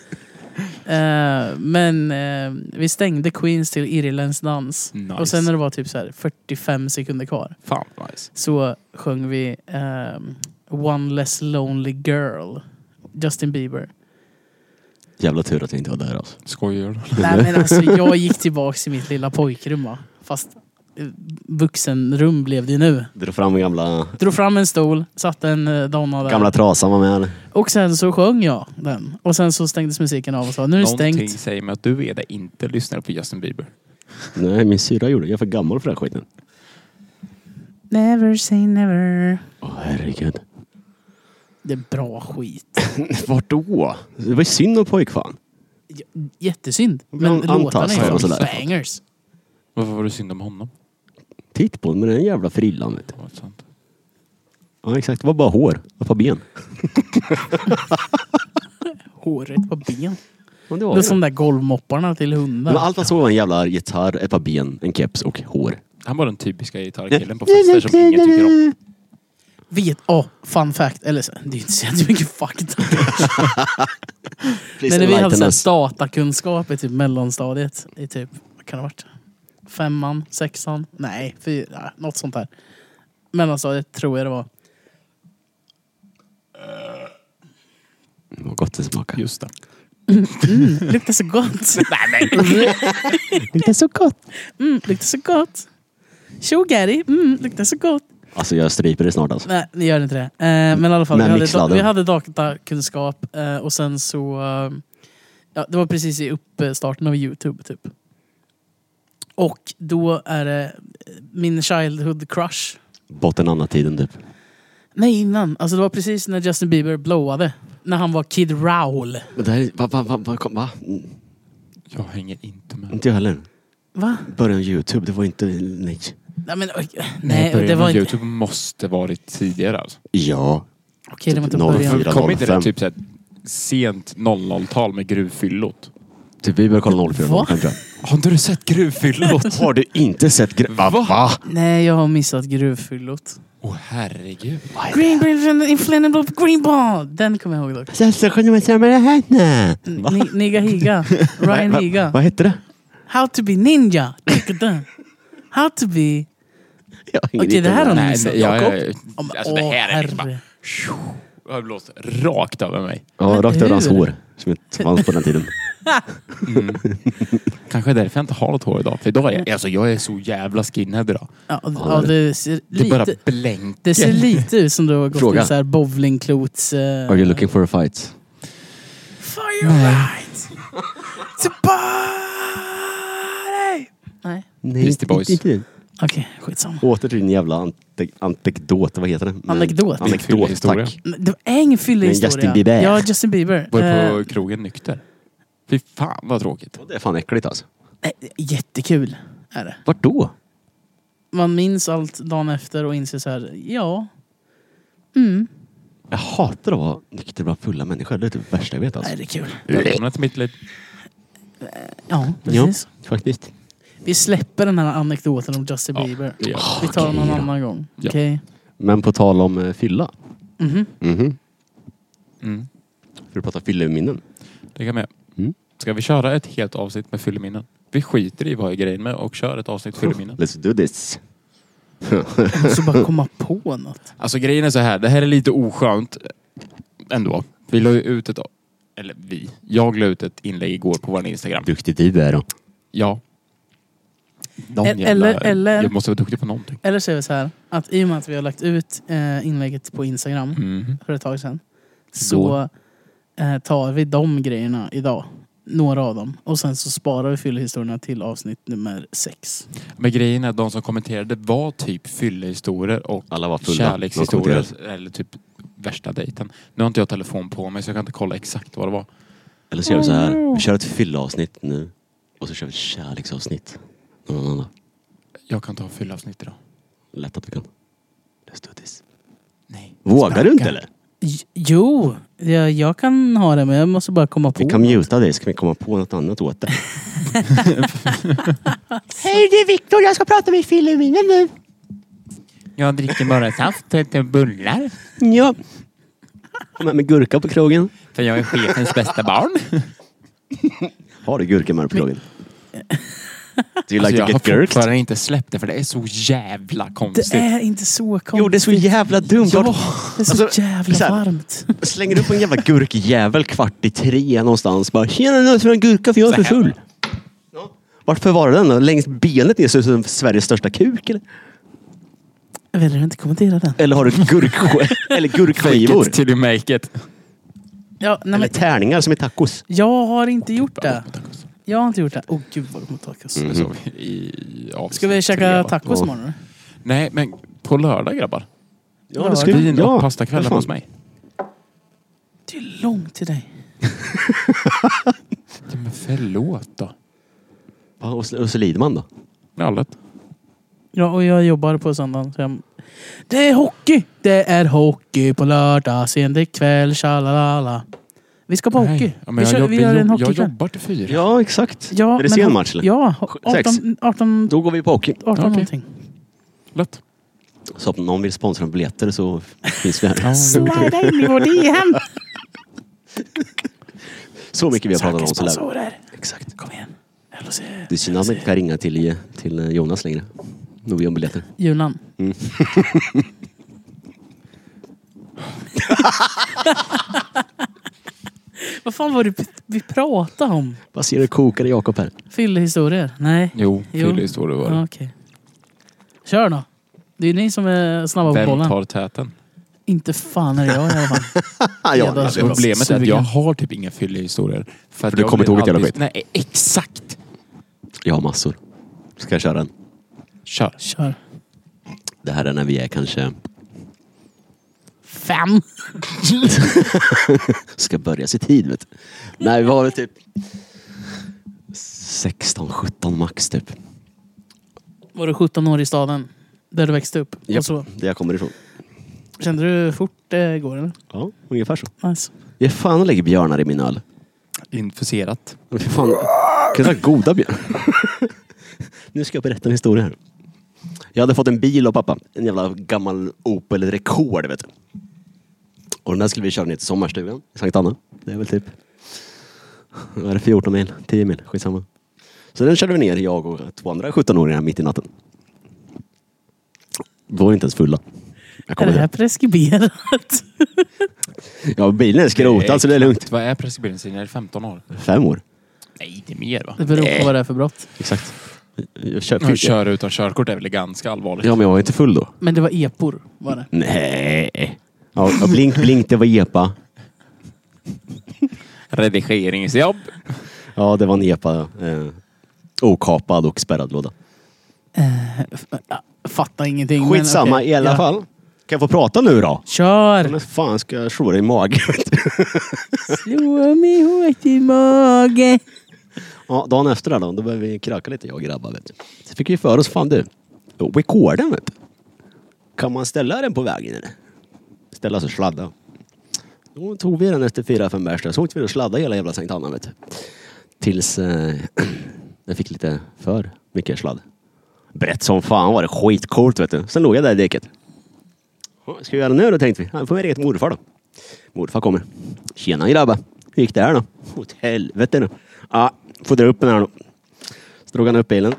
Speaker 4: Eh, men eh, vi stängde Queens till Irländsk dans.
Speaker 2: Nice.
Speaker 4: Och sen när det var typ så här 45 sekunder kvar
Speaker 2: Fan vad nice.
Speaker 4: så sjöng vi ehm, One Less Lonely Girl, Justin Bieber.
Speaker 3: Jävla tur att vi inte var där alltså.
Speaker 2: Skojar du?
Speaker 4: Nej men alltså jag gick tillbaks till mitt lilla pojkrum va. Fast eh, vuxenrum blev det ju nu.
Speaker 3: Drog fram den gamla,
Speaker 4: Drog fram en stol, satte en eh, donna där.
Speaker 3: gamla trasan var med.
Speaker 4: Och sen så sjöng jag den. Och sen så stängdes musiken av och sa nu är det
Speaker 2: Någonting
Speaker 4: stängt.
Speaker 2: säger mig att du är där inte lyssnar på Justin Bieber.
Speaker 3: Nej, min syrra gjorde det. Jag är för gammal för den här skiten.
Speaker 4: Never say never.
Speaker 3: Åh herregud.
Speaker 4: Det är bra skit.
Speaker 3: Vart då? Det var ju synd om pojkfan.
Speaker 4: J- Jättesynd. Men
Speaker 3: Någon
Speaker 4: låtarna
Speaker 3: antas,
Speaker 4: är
Speaker 3: och
Speaker 4: ju
Speaker 3: sådär.
Speaker 4: bangers.
Speaker 2: Varför var det synd om honom?
Speaker 3: Titt på den med den jävla frillan vet du.
Speaker 2: Det var sant.
Speaker 3: Ja exakt, det var bara hår. Det var ett par ben.
Speaker 4: Håret på ben.
Speaker 3: Men det
Speaker 4: Det
Speaker 3: var
Speaker 4: är
Speaker 3: det.
Speaker 4: som de där golvmopparna till hundar.
Speaker 3: Men allt man såg var en jävla gitarr, ett par ben, en keps och hår.
Speaker 2: Han var den typiska gitarrkillen på fester som ingen tycker om.
Speaker 4: Vet, åh, fun fact. Eller så, det är inte så jättemycket fakta. Men när vi hade såhär datakunskap i typ mellanstadiet. I typ, vad kan det ha varit? Femman, sexan? Nej, fyra, nej, något sånt där. Mellanstadiet tror jag det var.
Speaker 3: Vad gott det smakar.
Speaker 2: Just det.
Speaker 4: Mm, Luktar så gott!
Speaker 3: Det är så gott.
Speaker 4: Mm, luktar så gott! Tjo Gary, mm, luktar så gott!
Speaker 3: Alltså jag stryper det snart alltså.
Speaker 4: Nej, ni gör inte det. Eh, men i alla fall,
Speaker 3: Med
Speaker 4: vi hade,
Speaker 3: mixladden.
Speaker 4: vi hade datakunskap eh, och sen så... Eh, ja, det var precis i uppstarten av Youtube typ. Och då är det eh, min childhood crush
Speaker 3: Botten annan tiden typ.
Speaker 4: Nej, innan. Alltså det var precis när Justin Bieber blowade. När han var Kid Raoul.
Speaker 3: Men det här är... Va? va, va, va, kom, va? Mm,
Speaker 2: Jag hänger inte med.
Speaker 3: Inte jag heller.
Speaker 4: Va?
Speaker 3: Början av Youtube, det var inte... Nej.
Speaker 4: Nej, men, oj, nej,
Speaker 2: Nej,
Speaker 4: det
Speaker 2: början
Speaker 4: var
Speaker 2: av
Speaker 4: inte...
Speaker 2: Youtube måste varit tidigare alltså.
Speaker 3: Ja.
Speaker 4: Okej, det var inte
Speaker 3: Noll
Speaker 4: början.
Speaker 3: fyra. 4.05.
Speaker 2: Kom inte det typ såhär sent 00-tal med gruvfyllot?
Speaker 3: Typ vi började kolla 04
Speaker 4: Va?
Speaker 3: kanske.
Speaker 2: Har inte du sett gruvfyllot?
Speaker 3: Har du inte sett... Gre- va?
Speaker 2: Va?
Speaker 3: va?
Speaker 4: Nej, jag har missat gruvfyllot.
Speaker 2: Åh herregud.
Speaker 4: Green Bridge Inflammable Green Ball! Den kommer jag ihåg dock.
Speaker 3: Sen kunde man säga med det här nej.
Speaker 4: N- Ni- Niga Higa. Ryan Higa.
Speaker 3: Vad hette det?
Speaker 4: How to be ninja. Tickadun. How to be... Okej, det här har ni
Speaker 2: Nej,
Speaker 4: missat.
Speaker 2: nej, jag-
Speaker 4: Jakob?
Speaker 2: jag-
Speaker 4: Ja, men,
Speaker 2: alltså, det
Speaker 4: åh,
Speaker 2: här är liksom
Speaker 4: herre.
Speaker 2: Jag har blåst rakt över mig.
Speaker 3: Ja,
Speaker 4: Men
Speaker 3: rakt över hans
Speaker 4: hur?
Speaker 3: hår. Som inte fanns på den tiden.
Speaker 2: Kanske därför jag inte har något hår idag. För idag är jag, alltså, jag är så jävla skinhead idag.
Speaker 4: Ja, och- ja, det ser
Speaker 2: Det bara
Speaker 4: lite...
Speaker 2: blänker.
Speaker 4: Det ser lite ut som du har gått
Speaker 3: Fråga.
Speaker 4: till så här bowlingklots... eh,
Speaker 3: for a fight?
Speaker 4: Fire right to party! Nej.
Speaker 3: Nej,
Speaker 2: Beastie Boys.
Speaker 3: Inte, inte.
Speaker 4: Okej, skitsamma.
Speaker 3: Åter till din jävla ante- anekdot. Vad heter det? Men-
Speaker 4: Anekdot.
Speaker 3: Anekdot,
Speaker 2: Fyllehistoria.
Speaker 3: tack.
Speaker 4: Men Det var en fyllig
Speaker 3: Men
Speaker 4: historia.
Speaker 3: Justin Bieber.
Speaker 4: Ja, Justin Bieber.
Speaker 2: Var
Speaker 4: Eh,
Speaker 2: på krogen nykter. Fy fan vad tråkigt.
Speaker 3: Och Det är fan äckligt alltså.
Speaker 4: nej, Eh, jättekul är det.
Speaker 3: Vart då?
Speaker 4: Man minns allt dagen efter och inser så här, ja. Mm.
Speaker 3: Jag hatar att vara nykter bland fulla människor. Det är typ det värsta jag vet alltså.
Speaker 4: Nej, det är kul.
Speaker 2: Välkomna till mitt liv.
Speaker 4: Ja, precis.
Speaker 3: faktiskt.
Speaker 4: Vi släpper den här anekdoten om Justin
Speaker 2: Ja.
Speaker 4: Bieber.
Speaker 2: Det gör
Speaker 4: Vi tar den någon
Speaker 3: Okej, ja.
Speaker 4: annan gång.
Speaker 2: Ja.
Speaker 4: Okej.
Speaker 3: Men på tal om eh, fylla.
Speaker 4: Mhm.
Speaker 3: Mhm.
Speaker 2: vi. Mm.
Speaker 3: För att prata fylleminnen.
Speaker 2: Det kan vi göra.
Speaker 3: Mm.
Speaker 2: Ska vi köra ett helt avsnitt med fylleminnen? Vi skiter i vad är grejen med och kör ett avsnitt fylleminnen.
Speaker 3: Let's do this.
Speaker 4: Så bara komma på något.
Speaker 2: Alltså grejen är så här, det här är lite oskönt ändå. Vi la ju ut ett, eller vi, jag la ut ett inlägg igår på vår Instagram.
Speaker 3: Duktig du är då.
Speaker 2: Ja. Någon
Speaker 4: E- eller- eller-
Speaker 2: Jag måste vara duktig på någonting.
Speaker 4: Eller så är det så här att i och med att vi har lagt ut eh, inlägget på Instagram
Speaker 3: Mm.
Speaker 2: Mhm.
Speaker 4: för ett tag sedan. Så eh, tar vi de grejerna idag. Några av dem. Och sen så sparar vi fyllehistorierna till avsnitt nummer sex.
Speaker 2: Men grejen är att de som kommenterade var typ fyllehistorier och
Speaker 3: Alla var fulla. De kom till
Speaker 2: kärlekshistorier. Eller typ värsta dejten. Nu har inte jag telefon på mig så jag kan inte kolla exakt vad det var.
Speaker 3: det. Eller så gör vi så här. Vi kör ett fyllaavsnitt nu. Och så kör vi ett kärleksavsnitt. Någon annan dag.
Speaker 2: Jag kan ta fyllavsnitt idag.
Speaker 3: Lätt att vi kan. Let's do this.
Speaker 2: Nej.
Speaker 3: Vågar du inte
Speaker 2: Stackarn.
Speaker 3: eller?
Speaker 4: J- Jo, jag, jag kan ha det men jag måste bara komma på.
Speaker 3: Vi kan muta dig så kan vi komma på något annat åt dig.
Speaker 5: Hej, det är Viktor. Jag ska prata med Filipinen nu.
Speaker 2: Jag dricker bara saft och äter bullar.
Speaker 3: Ja. Kom här med gurka på krogen.
Speaker 2: För jag är chefens bästa barn.
Speaker 3: Har du gurka med på krogen? Do you like
Speaker 2: Alltså, jag
Speaker 3: to
Speaker 2: har
Speaker 3: get gurked?
Speaker 2: fortfarande inte släppt det för det är så jävla konstigt.
Speaker 4: Det är inte så konstigt.
Speaker 3: Jo, det är så jävla dumt.
Speaker 4: Ja, det är så
Speaker 3: Alltså,
Speaker 4: jävla
Speaker 3: så här-
Speaker 4: varmt.
Speaker 3: Slänger upp en jävla gurkjävel kvart i tre någonstans. Bara, Tjena, nu ska jag ha en gurka för jag är för full. Varför var den då? Längst benet ner så ser ut som Sveriges största kuk eller?
Speaker 4: Jag väljer att inte kommentera den.
Speaker 3: Eller har du gurk eller
Speaker 2: Fake
Speaker 3: gurkskivor?
Speaker 2: it till you make it.
Speaker 4: Ja, nej,
Speaker 3: Eller
Speaker 4: men,
Speaker 3: tärningar som är tacos.
Speaker 4: jag har inte gjort det.
Speaker 2: Tacos.
Speaker 4: Jag har inte gjort det. Åh gud vad det kommer tacos.
Speaker 2: Det sa vi i avsnitt
Speaker 4: Ska vi
Speaker 2: tre,
Speaker 4: käka
Speaker 2: va?
Speaker 4: tacos
Speaker 3: Mm. Ja.
Speaker 4: imorgon?
Speaker 2: Nej, men på lördag grabbar.
Speaker 4: Ja, det ska vi.
Speaker 2: Vin och
Speaker 3: Ja,
Speaker 2: pastakvällar
Speaker 3: vad fan.
Speaker 2: hos mig.
Speaker 4: Det är långt till dig.
Speaker 2: Ja, men förlåt då.
Speaker 3: Ja, Och så, och så lider man då.
Speaker 2: Med allt.
Speaker 4: Ja, och jag jobbar på söndagen. Så jag... Det är hockey! Det är hockey på lördag, sen ikväll, tjalalala. Vi ska på hockey.
Speaker 2: Ja,
Speaker 4: vi,
Speaker 2: men
Speaker 4: kör,
Speaker 2: jag, jobb-
Speaker 4: vi gör
Speaker 2: jobb-
Speaker 4: en
Speaker 2: jag
Speaker 4: hockeykväll.
Speaker 2: jobbar till fyra.
Speaker 3: Ja, exakt.
Speaker 4: Ja,
Speaker 3: är det
Speaker 4: men
Speaker 3: sen
Speaker 4: ho-
Speaker 3: match eller?
Speaker 4: Ja, ho-
Speaker 3: Sex.
Speaker 4: 18, 18,
Speaker 3: Då går vi på hockey.
Speaker 4: 18
Speaker 2: Okej.
Speaker 4: någonting.
Speaker 2: Lätt.
Speaker 3: Så om någon vill sponsra med biljetter så finns vi här.
Speaker 2: Ja, det
Speaker 4: Slida in i vår DM!
Speaker 3: Så mycket vi har pratat om. Så lär.
Speaker 4: Sponsorer.
Speaker 3: Exakt.
Speaker 4: Kom igen. LHC.
Speaker 3: Det är synd att man inte kan ringa till, till Jonas längre. Nog om biljetter.
Speaker 4: Julan.
Speaker 3: Mm.
Speaker 4: Vad fan var det vi pratade om?
Speaker 3: Vad ser du kokar i Jakob här?
Speaker 4: Fyllehistorier? Nej.
Speaker 2: Jo,
Speaker 4: Jo.
Speaker 2: fyllehistoria var
Speaker 4: Ja,
Speaker 2: det.
Speaker 4: okej. Kör då. Det är ni som är snabba på
Speaker 2: Vem
Speaker 4: bollen.
Speaker 2: tar täten?
Speaker 4: Inte fan är det jag i alla fall.
Speaker 3: Ah,
Speaker 4: Ja, då-
Speaker 2: Alltså, problemet är att
Speaker 4: Sugen.
Speaker 2: jag har typ inga fyllehistorier. För att
Speaker 3: du
Speaker 2: jag
Speaker 3: kommer inte
Speaker 2: blir
Speaker 3: ihåg ett jävla
Speaker 2: alltid- Nej, exakt.
Speaker 3: Jag har massor. Ska jag köra en?
Speaker 2: Kör.
Speaker 4: Kör.
Speaker 3: Det här är när vi är kanske...
Speaker 4: Fem.
Speaker 3: Ska börja i tid vet du. Nej, vi var väl typ... 16, 17 max typ.
Speaker 4: Var du 17 år i staden? Där du växte upp? Och
Speaker 3: Japp,
Speaker 4: så.
Speaker 3: Där jag kommer ifrån.
Speaker 4: Kände du fort det går eller?
Speaker 3: Ja, ungefär så.
Speaker 4: Nice.
Speaker 3: Jag fan lägger björnar i min öl.
Speaker 2: Infuserat.
Speaker 3: Men Fy fan. Kan jag ta goda björnar? nu ska jag berätta en historia här. Jag hade fått en bil av pappa. En jävla gammal Opel Rekord, vet du. Och den där skulle vi köra ner till sommarstugan i Sankt Anna. Det är väl typ... Vad är det? 14 mil? 10 mil? Skitsamma. Så den körde vi ner, jag och två andra 17-åringar mitt i natten. Vi var inte ens fulla. Jag
Speaker 4: Är det
Speaker 3: kommer
Speaker 4: här
Speaker 3: ihåg.
Speaker 4: preskriberat?
Speaker 3: Ja, bilen är skrotad så alltså, det är lugnt.
Speaker 2: Vad är preskriberingstiden? 15 år?
Speaker 3: Fem år.
Speaker 2: Nej, det är mer va?
Speaker 4: Det beror på vad det är för brott.
Speaker 3: Exakt. Jag kör,
Speaker 2: Att köra utan körkort är väl ganska allvarligt?
Speaker 3: Ja, men jag var inte full då.
Speaker 4: Men det var epor var det.
Speaker 3: Nej. Ja, ja, blink, blink, det var epa.
Speaker 2: Redigeringsjobb.
Speaker 3: Ja, det var en epa. Eh, okapad och spärrad låda.
Speaker 4: Fattar ingenting. men
Speaker 3: Skitsamma
Speaker 4: okej.
Speaker 3: i alla
Speaker 4: Ja.
Speaker 3: fall. Kan jag få prata nu då?
Speaker 4: Kör!
Speaker 3: Men fan ska jag slå dig i magen?
Speaker 4: Slå mig hårt i magen.
Speaker 3: ja, dagen efter där då, då började vi kröka lite jag och grabbar. Vet du. Så fick vi för oss, fan du. Rekorden vet du. Kan man ställa den på vägen eller? Ställa sig sladda. Då tog vi den efter fyra, fem bärs där. Så åkte vi och sladdade hela jävla Sankt Anna vet du. Tills eh, den fick lite för mycket sladd. Brett som fan var det. Skitcoolt vet du. Sen låg jag där i diket. Vad ska vi göra nu då tänkte vi. Ja, vi får vi ringa till morfar då. Morfar kommer. Tjena grabbar. Hur gick det här då? Åt helvete nu. Ja, får dra upp den här då. Så drog han upp bilen.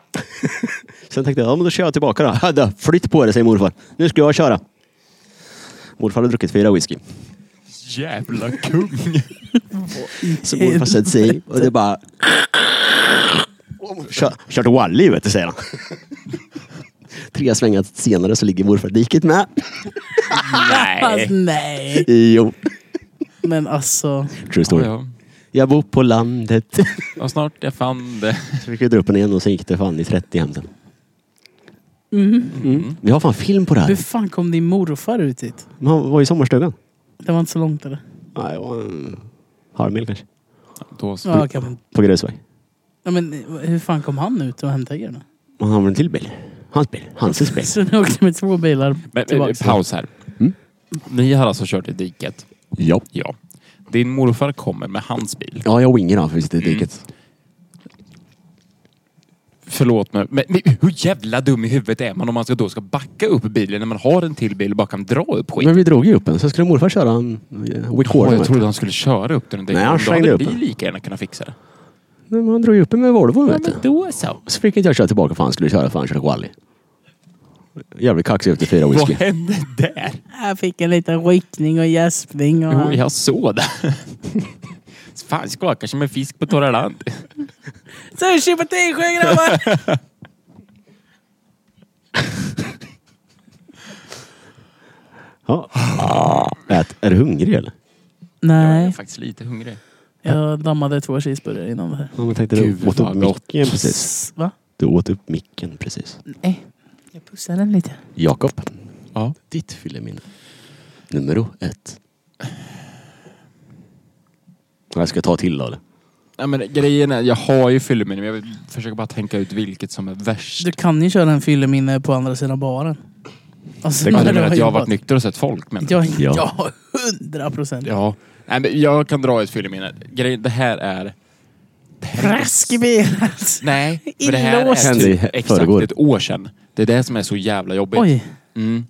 Speaker 3: Sen tänkte jag, ja men då kör jag tillbaka då. Ja, då. Flytt på det säger morfar. Nu ska jag köra. Morfar har druckit fyra whisky.
Speaker 2: Jävla kung!
Speaker 3: Så morfar sätter sig i och det bara... Kör, kör till Wally vet du, säger han. Tre svängar senare så ligger morfar i diket med.
Speaker 4: Fast
Speaker 3: Alltså.
Speaker 4: nej.
Speaker 3: Jo,
Speaker 4: Men alltså.
Speaker 3: true story.
Speaker 2: Ja,
Speaker 3: Jag bor på landet.
Speaker 2: ja. Och snart jag fann det.
Speaker 3: Så fick vi dra upp den igen och sen gick det fan i 30 hem sen. Mm. Vi har fan film på det
Speaker 4: Hur
Speaker 3: här.
Speaker 4: fan kom din morfar ut hit?
Speaker 3: Man var i sommarstugan.
Speaker 4: Det var inte så långt eller?
Speaker 3: Nej, det var en halvmil kanske.
Speaker 2: Då så.
Speaker 4: Ja, kan man...
Speaker 3: På grusväg.
Speaker 4: ja, men hur fan kom han ut och hämtade grejerna?
Speaker 3: Man har väl en till bil? Hans bil. Hanses bil.
Speaker 4: Så ni åkte med två bilar
Speaker 2: Men, eh,
Speaker 4: tillbaka?
Speaker 2: paus här.
Speaker 3: Mm.
Speaker 2: Ni har alltså kört i diket?
Speaker 3: Ja.
Speaker 2: Ja. Din morfar kommer med hans bil.
Speaker 3: Ja, jag wingar han för vi sitter i diket.
Speaker 2: Förlåt mig, men, men hur jävla dum i huvudet är man om man ska, då ska backa upp bilen när man har en till bil och bara kan dra upp skiten?
Speaker 3: Men vi drog ju upp en. Sen skulle morfar köra en eh,
Speaker 2: Åh,
Speaker 3: Whitcord.
Speaker 2: jag trodde han skulle köra upp den.
Speaker 3: Nej, han
Speaker 2: Då
Speaker 3: slängde
Speaker 2: hade
Speaker 3: upp
Speaker 2: vi
Speaker 3: den.
Speaker 2: lika gärna kunnat fixa det.
Speaker 3: Nej, men han drog ju upp en med Volvo vet du.
Speaker 2: då så.
Speaker 3: Så fick inte jag köra tillbaka för han skulle köra för han körde Wally. Jävligt kaxig efter fyra
Speaker 2: Vad
Speaker 3: whisky.
Speaker 2: hände där?
Speaker 4: Jag fick en liten ryckning och gäspning. Och
Speaker 2: Jo, jag såg det. Fan, skakar som en fisk på torra land.
Speaker 4: Sushi på Tisjö grabbar!
Speaker 3: Ja. Ät, är du hungrig eller?
Speaker 2: Jag är
Speaker 4: Nej,
Speaker 2: faktiskt lite hungrig.
Speaker 4: jag dammade två cheeseburgare innan det här.
Speaker 3: Ja, men tänkte du
Speaker 2: Gud,
Speaker 3: åt upp
Speaker 2: vad gott.
Speaker 3: micken precis.
Speaker 4: Va?
Speaker 3: Du åt upp micken precis.
Speaker 4: Nej. Jag pussade den lite.
Speaker 3: Jakob.
Speaker 2: Ja.
Speaker 3: Ditt fylleminne. Nummer ett. Jag ska ta till då eller?
Speaker 2: Nej, men grejen är, jag har ju fylleminne, men jag försöker bara tänka ut vilket som är värst.
Speaker 4: Du kan ju köra en fylleminne på andra sidan baren. Alltså,
Speaker 2: Ja,
Speaker 4: när
Speaker 2: du
Speaker 4: du
Speaker 2: menar
Speaker 4: har
Speaker 2: att jag har
Speaker 4: jobbat.
Speaker 2: varit nykter och sett folk? Men...
Speaker 4: Ja,
Speaker 3: Ja.
Speaker 4: ja, hundra procent.
Speaker 2: Ja. Nej, men jag kan dra ett fylleminne. Grejen, det här är... Det här är-
Speaker 4: Raskbilar!
Speaker 2: Nej, men det här
Speaker 4: Inlåst.
Speaker 2: är
Speaker 3: Hände i
Speaker 2: typ exakt
Speaker 3: förrgår.
Speaker 2: ett år sedan. Det är det som är så jävla jobbigt.
Speaker 4: Oj,
Speaker 2: Mm.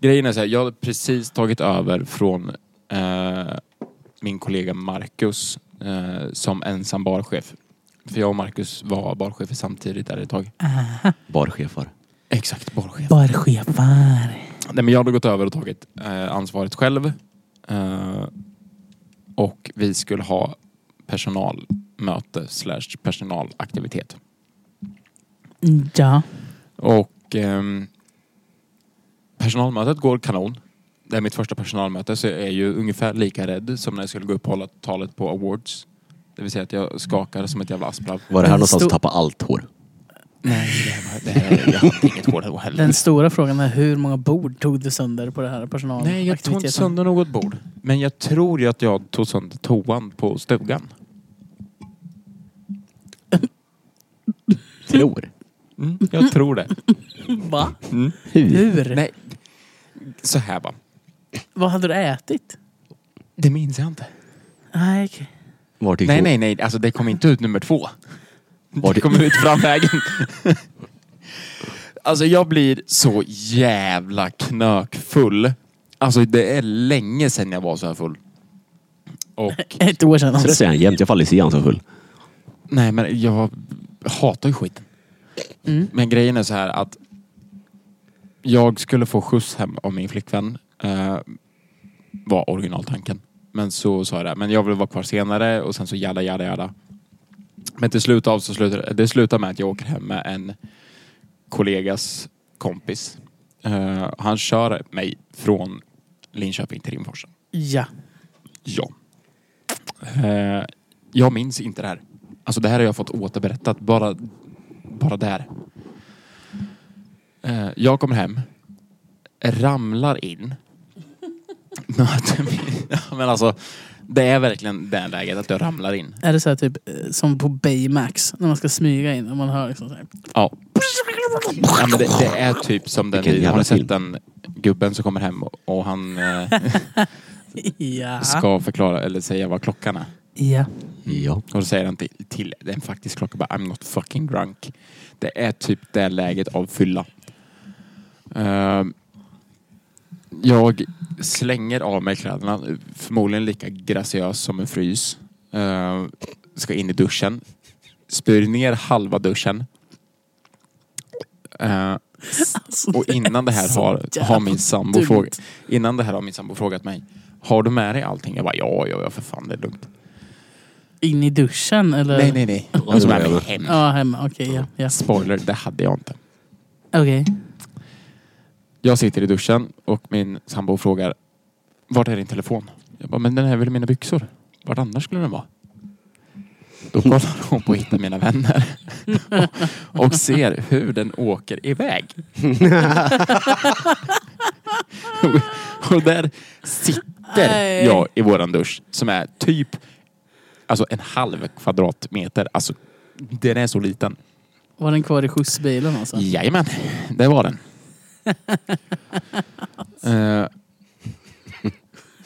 Speaker 2: Grejen är så här, jag har precis tagit över från eh, min kollega Marcus eh, som ensam barchef. För jag och Marcus var barchefer samtidigt där ett tag.
Speaker 3: Barchefar.
Speaker 2: Exakt, barchef.
Speaker 4: barchefar.
Speaker 2: Nej, men jag hade gått över och tagit eh, ansvaret själv. Eh, och vi skulle ha personalmöte slash personalaktivitet.
Speaker 4: Ja.
Speaker 2: Och ehm, personalmötet går kanon. Det är mitt första personalmöte så jag är ju ungefär lika rädd som när jag skulle gå upp och hålla talet på awards. Det vill säga att jag skakar som ett jävla asplöv.
Speaker 3: Var det här
Speaker 4: En
Speaker 3: någonstans
Speaker 4: stor-
Speaker 3: du tappade allt hår?
Speaker 2: Nej, det här, det här, jag har inget hår då heller.
Speaker 4: Den stora frågan är hur många bord tog du sönder på det här personalaktiviteten?
Speaker 2: Nej, jag tog inte sönder något bord. Men jag tror ju att jag tog sönder toan på stugan.
Speaker 3: Tror?
Speaker 2: Mm, jag tror det. Mm.
Speaker 4: Va?
Speaker 3: Hur?
Speaker 4: Hur?
Speaker 2: Nej, så här va.
Speaker 4: Vad hade du ätit?
Speaker 2: Det minns jag inte.
Speaker 4: Nej, okej.
Speaker 3: Vart gick
Speaker 2: Nej,
Speaker 3: hår-
Speaker 2: nej, nej. Alltså det kom inte ut nummer två.
Speaker 3: Var
Speaker 2: Det
Speaker 3: det-
Speaker 2: kommer ut framvägen. Alltså jag blir så jävla knökfull. Alltså det är länge sedan jag var så här full. Och
Speaker 4: Ett år sedan
Speaker 3: Så det
Speaker 4: alltså.
Speaker 3: säger han jämt. Jag faller i sian så full.
Speaker 2: nej men jag hatar ju skiten. Men grejen är så här att jag skulle få skjuts hem av min flickvän. Eh, var originaltanken. Men så sa jag det. Men jag vill vara kvar senare och sen så jada jada jada. Men till slut av så slutar det slutar med att jag åker hem med en kollegas kompis. Eh, han kör mig från Linköping till Rimforsa.
Speaker 4: Ja.
Speaker 2: Ja. Eh, jag minns inte det här. Alltså det här har jag fått återberättat. Bara, bara där. Eh, jag kommer hem. Ramlar in. Möter min... Ja, Men alltså, det är verkligen det här läget att jag ramlar in.
Speaker 4: Är det så här typ eh, som på Baymax när man ska smyga in och man hör liksom så här.
Speaker 2: Ja. ja men det, det är typ som den...
Speaker 3: Vilken
Speaker 2: Har
Speaker 3: jävla
Speaker 2: ni sett
Speaker 3: film.
Speaker 2: den gubben som kommer hem och, och han eh,
Speaker 4: Ja.
Speaker 2: ska förklara eller säga vad klockan är?
Speaker 4: Ja.
Speaker 3: Ja.
Speaker 2: Och så säger han till, till en faktisk klocka bara I'm not fucking drunk. Det är typ det läget av fylla. Ehm, jag slänger av mig kläderna, förmodligen lika graciös som en frys. Ehm, ska in i duschen. Spyr ner halva duschen. Ehm,
Speaker 4: Alltså,
Speaker 2: och innan det här
Speaker 4: så
Speaker 2: har, har
Speaker 4: jävla
Speaker 2: min sambo
Speaker 4: dumt.
Speaker 2: frågat, innan det här har min sambo frågat mig Har du med dig allting? Jag bara ja, ja, ja för fan det är lugnt.
Speaker 4: In i duschen eller?
Speaker 2: Nej, nej, nej.
Speaker 3: Oj,
Speaker 2: Och så med
Speaker 3: oj,
Speaker 2: mig
Speaker 3: oj.
Speaker 2: hem.
Speaker 4: Ja, hemma. Okej, ja. ja.
Speaker 2: Spoiler, det hade jag inte.
Speaker 4: Okej.
Speaker 2: Jag sitter i duschen och min sambo frågar Vart är din telefon? Jag bara, men den är väl i mina byxor? Vart annars skulle den vara? Då kollar hon på Hitta Mina Vänner och ser hur den åker iväg. och där sitter
Speaker 4: Nej.
Speaker 2: jag i våran dusch som är typ alltså en halv kvadratmeter. Alltså, den är så liten.
Speaker 4: Var den kvar i skjutsbilen alltså?
Speaker 2: Jajamän, det var den. Eh,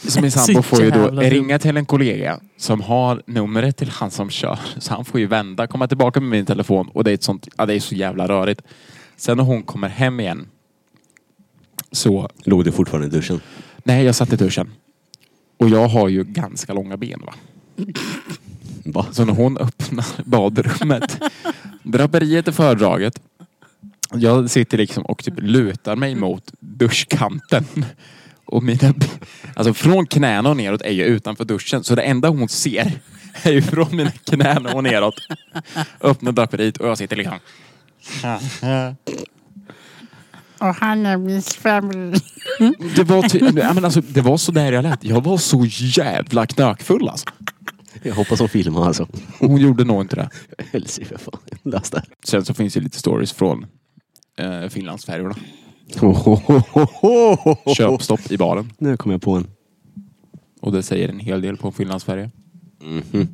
Speaker 2: så min sambo
Speaker 4: Så
Speaker 2: får ju då
Speaker 4: jävla dumt.
Speaker 2: ringa till en kollega som har numret till han som kör. Så han får ju vända, komma tillbaka med min telefon och det är, ett sånt, ja, det är så jävla rörigt. Sen när hon kommer hem igen så,
Speaker 3: Låg du fortfarande i duschen?
Speaker 2: nej jag satt i duschen. Och jag har ju ganska långa ben va.
Speaker 3: Va?
Speaker 2: Så när hon öppnar badrummet, draperiet är fördraget. Jag sitter liksom och typ lutar mig mot duschkanten. Och mina, alltså från knäna och neråt är jag utanför duschen. Så det enda hon ser är ju från mina knän och neråt. Öppnar draperiet och jag sitter liksom.
Speaker 5: Och han är min svärmor.
Speaker 2: Det var, ty- ja, men alltså, det var så där jag lät. Jag var så jävla knökfull alltså.
Speaker 3: Jag hoppas hon filmar alltså.
Speaker 2: Hon gjorde nog inte det.
Speaker 3: Helsike för fan. Läs det.
Speaker 2: Sen så finns det lite stories från eh, Finlandsfärjorna. Köpstopp i baren.
Speaker 3: Nu kom jag på en.
Speaker 2: Och det säger en hel del på Finlandsfärja.
Speaker 3: Mhm.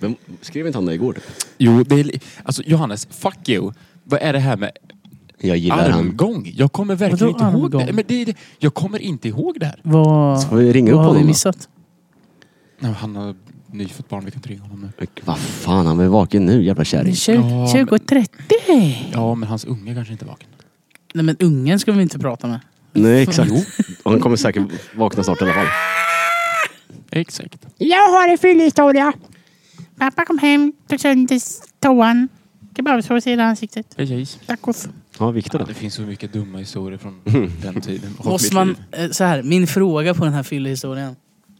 Speaker 3: Vem, skrev inte han det igår?
Speaker 2: Jo, det är... li- Alltså Johannes, fuck you. Vad är det här med
Speaker 3: Jag gillar han.
Speaker 2: armgång? Jag kommer verkligen
Speaker 4: Vadå
Speaker 2: inte ihåg
Speaker 4: armgång?
Speaker 2: det. Men det, är det. Jag kommer inte ihåg det här.
Speaker 4: Vad,
Speaker 3: Ska vi ringa upp
Speaker 4: vad har
Speaker 3: honom
Speaker 4: vi
Speaker 3: då?
Speaker 4: missat?
Speaker 2: Nej, men Han har nyfött barn, vi kan inte ringa honom nu.
Speaker 3: Vad fan, han är vaken nu jävla kärring.
Speaker 4: 20.30.
Speaker 2: Ja, men hans unge kanske inte är vaken.
Speaker 4: Nej men ungen ska vi inte prata med.
Speaker 3: Nej exakt. Han kommer säkert vakna snart i alla fall.
Speaker 2: Exakt.
Speaker 5: Jag har en fyllehistoria. Pappa kom hem, tog sönder toan. Kebabsås i hela ansiktet.
Speaker 2: Precis.
Speaker 5: Tacos.
Speaker 3: Ja, Viktor då?
Speaker 2: Det finns så mycket dumma historier från
Speaker 3: Mm.
Speaker 2: den tiden. av mitt
Speaker 4: Måste man,
Speaker 2: liv.
Speaker 4: eh, så här, min fråga på den här fyllehistorien.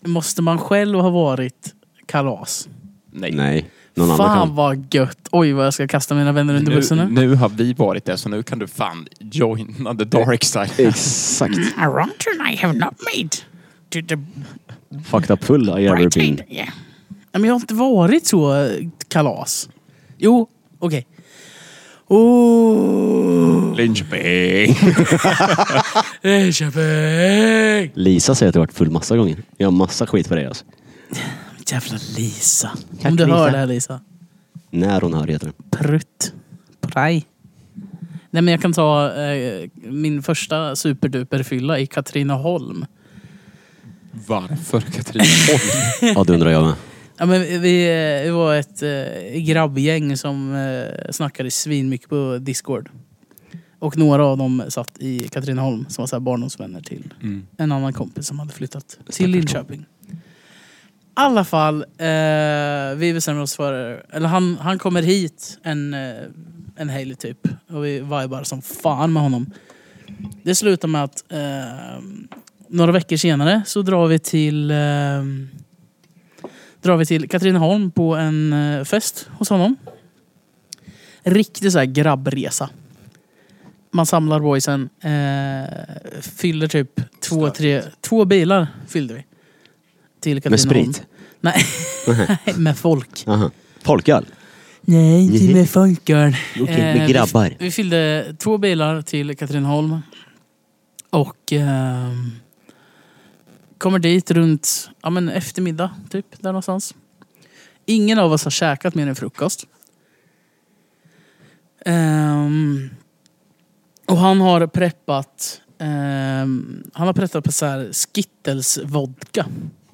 Speaker 4: Måste man själv ha varit kalas?
Speaker 2: Nej.
Speaker 3: Nej. Någon annan
Speaker 4: Fan
Speaker 3: kan.
Speaker 4: vad gött! Oj vad jag ska kasta mina vänner under bussen
Speaker 2: Nu,
Speaker 4: nu.
Speaker 2: nu har vi varit det, så nu kan du fan joina the dark side.
Speaker 3: Exakt.
Speaker 5: A wrong turn I have not made. To the
Speaker 3: Fucked up full I ever
Speaker 5: right
Speaker 3: been.
Speaker 5: side. Yeah.
Speaker 4: Nej, Men jag har inte varit så eh, kalas. Jo, okej. Åh,
Speaker 2: Linköping!
Speaker 4: Linköping!
Speaker 3: Lisa säger att du har varit full massa gånger. Jag har massa skit för dig alltså.
Speaker 4: Jävla Lisa.
Speaker 5: Tack,
Speaker 4: Om du hör
Speaker 5: Lisa.
Speaker 4: det här Lisa.
Speaker 3: När hon hör heter det.
Speaker 4: Prutt. Praj. Nej men jag kan ta eh, min första superduperfylla i Katrineholm.
Speaker 2: Varför Katrineholm?
Speaker 3: Ja, det undrar jag med.
Speaker 4: Ja, men vi, eh, vi var ett eh, grabbgäng som eh, snackade svinmycket på Discord. Och några av dem satt i Katrineholm som var så här barndomsvänner till
Speaker 2: Mm.
Speaker 4: en annan kompis som hade flyttat till Linköping. I alla fall, eh, vi bestämmer oss för... Eller han, han kommer hit en, eh, en helg typ. Och vi vibar som fan med honom. Det slutar med att eh, några veckor senare så drar vi till... Eh, drar vi till Katrineholm på en eh, fest hos honom. Riktig så här grabbresa. Man samlar boysen, eh, fyller typ två, tre, två bilar fyllde vi. Till
Speaker 3: Med
Speaker 4: Katrineholm.
Speaker 3: sprit?
Speaker 4: Nej, Nej, med folk.
Speaker 3: Aha. Folköl?
Speaker 4: Nej,
Speaker 3: inte med
Speaker 4: folköl.
Speaker 3: Okej, med grabbar.
Speaker 4: Eh, Vi fyllde två bilar till Katrineholm. Och ehm, kommer dit runt ja, men eftermiddag, typ. Där någonstans. Ingen av oss har käkat mer än frukost. Ehm, och han har preppat ehm, Han har preppat på så här skittles vodka.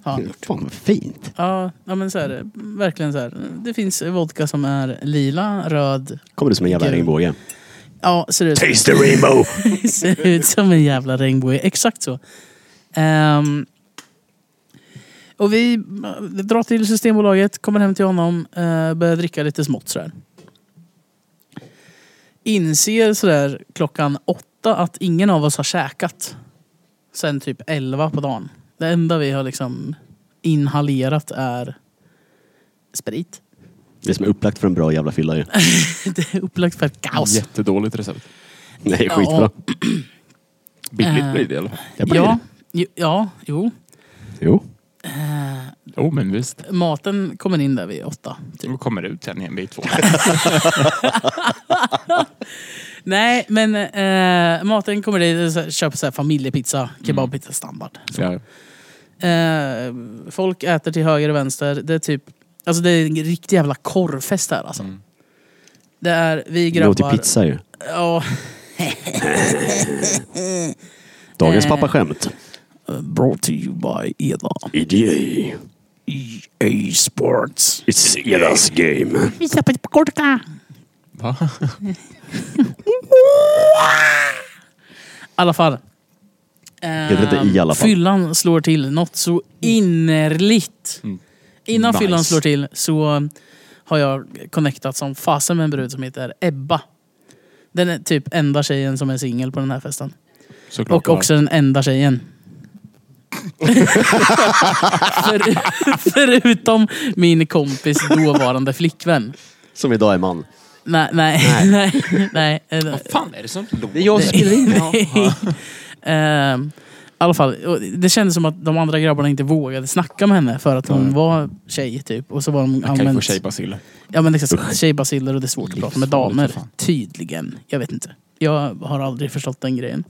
Speaker 4: har han gjort.
Speaker 3: Fan vad fint.
Speaker 4: Ja, ja men så är det. Verkligen så här. Det finns vodka som är lila, röd.
Speaker 3: Kommer du som en jävla
Speaker 4: Kul.
Speaker 3: regnbåge.
Speaker 4: Ja, ser ut,
Speaker 3: Taste the rainbow!
Speaker 4: ser ut som en jävla regnbåge. Exakt så. Ehm, och vi eh, drar till Systembolaget, kommer hem till honom, eh, börjar dricka lite smått sådär. Inser sådär klockan åtta att ingen av oss har käkat sen typ elva på dagen. Det enda vi har liksom inhalerat är sprit.
Speaker 3: Det som är upplagt för en bra jävla fylla ju.
Speaker 4: Det är upplagt för ett kaos.
Speaker 2: Jättedåligt recept.
Speaker 3: Nej,
Speaker 4: Ja.
Speaker 3: skitbra.
Speaker 2: Billigt
Speaker 4: Äh.
Speaker 2: blir det i alla fall.
Speaker 3: Jag bara
Speaker 4: Ja, ju, ja, jo.
Speaker 3: Jo.
Speaker 4: Eh,
Speaker 2: Jo, men visst.
Speaker 4: maten kommer in där vid åtta. Typ.
Speaker 2: Då kommer det ut sen igen vid två.
Speaker 4: Nej, men eh, maten kommer dit. så här, Köper så här familjepizza, kebabpizza standard.
Speaker 2: Ja.
Speaker 4: Eh, folk äter till höger och vänster. Det är typ, alltså det är en riktig jävla korvfest här alltså.
Speaker 2: Mm.
Speaker 4: Det är vi
Speaker 3: Det låter
Speaker 4: grabbar...
Speaker 3: pizza ju.
Speaker 4: Ja,
Speaker 3: Dagens
Speaker 4: Eh.
Speaker 3: pappaskämt.
Speaker 4: brought to you by Eda.
Speaker 3: EDA.
Speaker 4: EA Sports.
Speaker 3: It's Edas game.
Speaker 5: Vi släpper på korka.
Speaker 2: Va?
Speaker 4: I alla fall.
Speaker 3: det inte
Speaker 4: Ehm,
Speaker 3: i alla fall?
Speaker 4: Fyllan slår till något så innerligt.
Speaker 2: Mm.
Speaker 4: Innan
Speaker 3: Nice.
Speaker 4: fyllan slår till så har jag connectat som fasen med en brud som heter Ebba. Den är typ enda tjejen som är singel på den här festen.
Speaker 2: Såklart.
Speaker 4: Och också den enda tjejen. För, förutom min kompis dåvarande flickvän.
Speaker 3: Som idag är man.
Speaker 4: Nej, nej, nej. nej, nej.
Speaker 2: Vad fan är det som låter?
Speaker 3: Det är jag som spelar in.
Speaker 4: Ehm, I alla fall, och det kändes som att de andra grabbarna inte vågade snacka med henne för att hon
Speaker 2: Nej.
Speaker 4: var tjej typ. Och så var de
Speaker 2: Jag kan ju få
Speaker 4: använt,
Speaker 2: tjejbaciller.
Speaker 4: ja, men liksom, tjejbaciller och det är svårt att prata med
Speaker 2: Livsfarligt
Speaker 4: damer.
Speaker 2: för fan.
Speaker 4: Tydligen. Jag vet inte. Jag har aldrig förstått den grejen.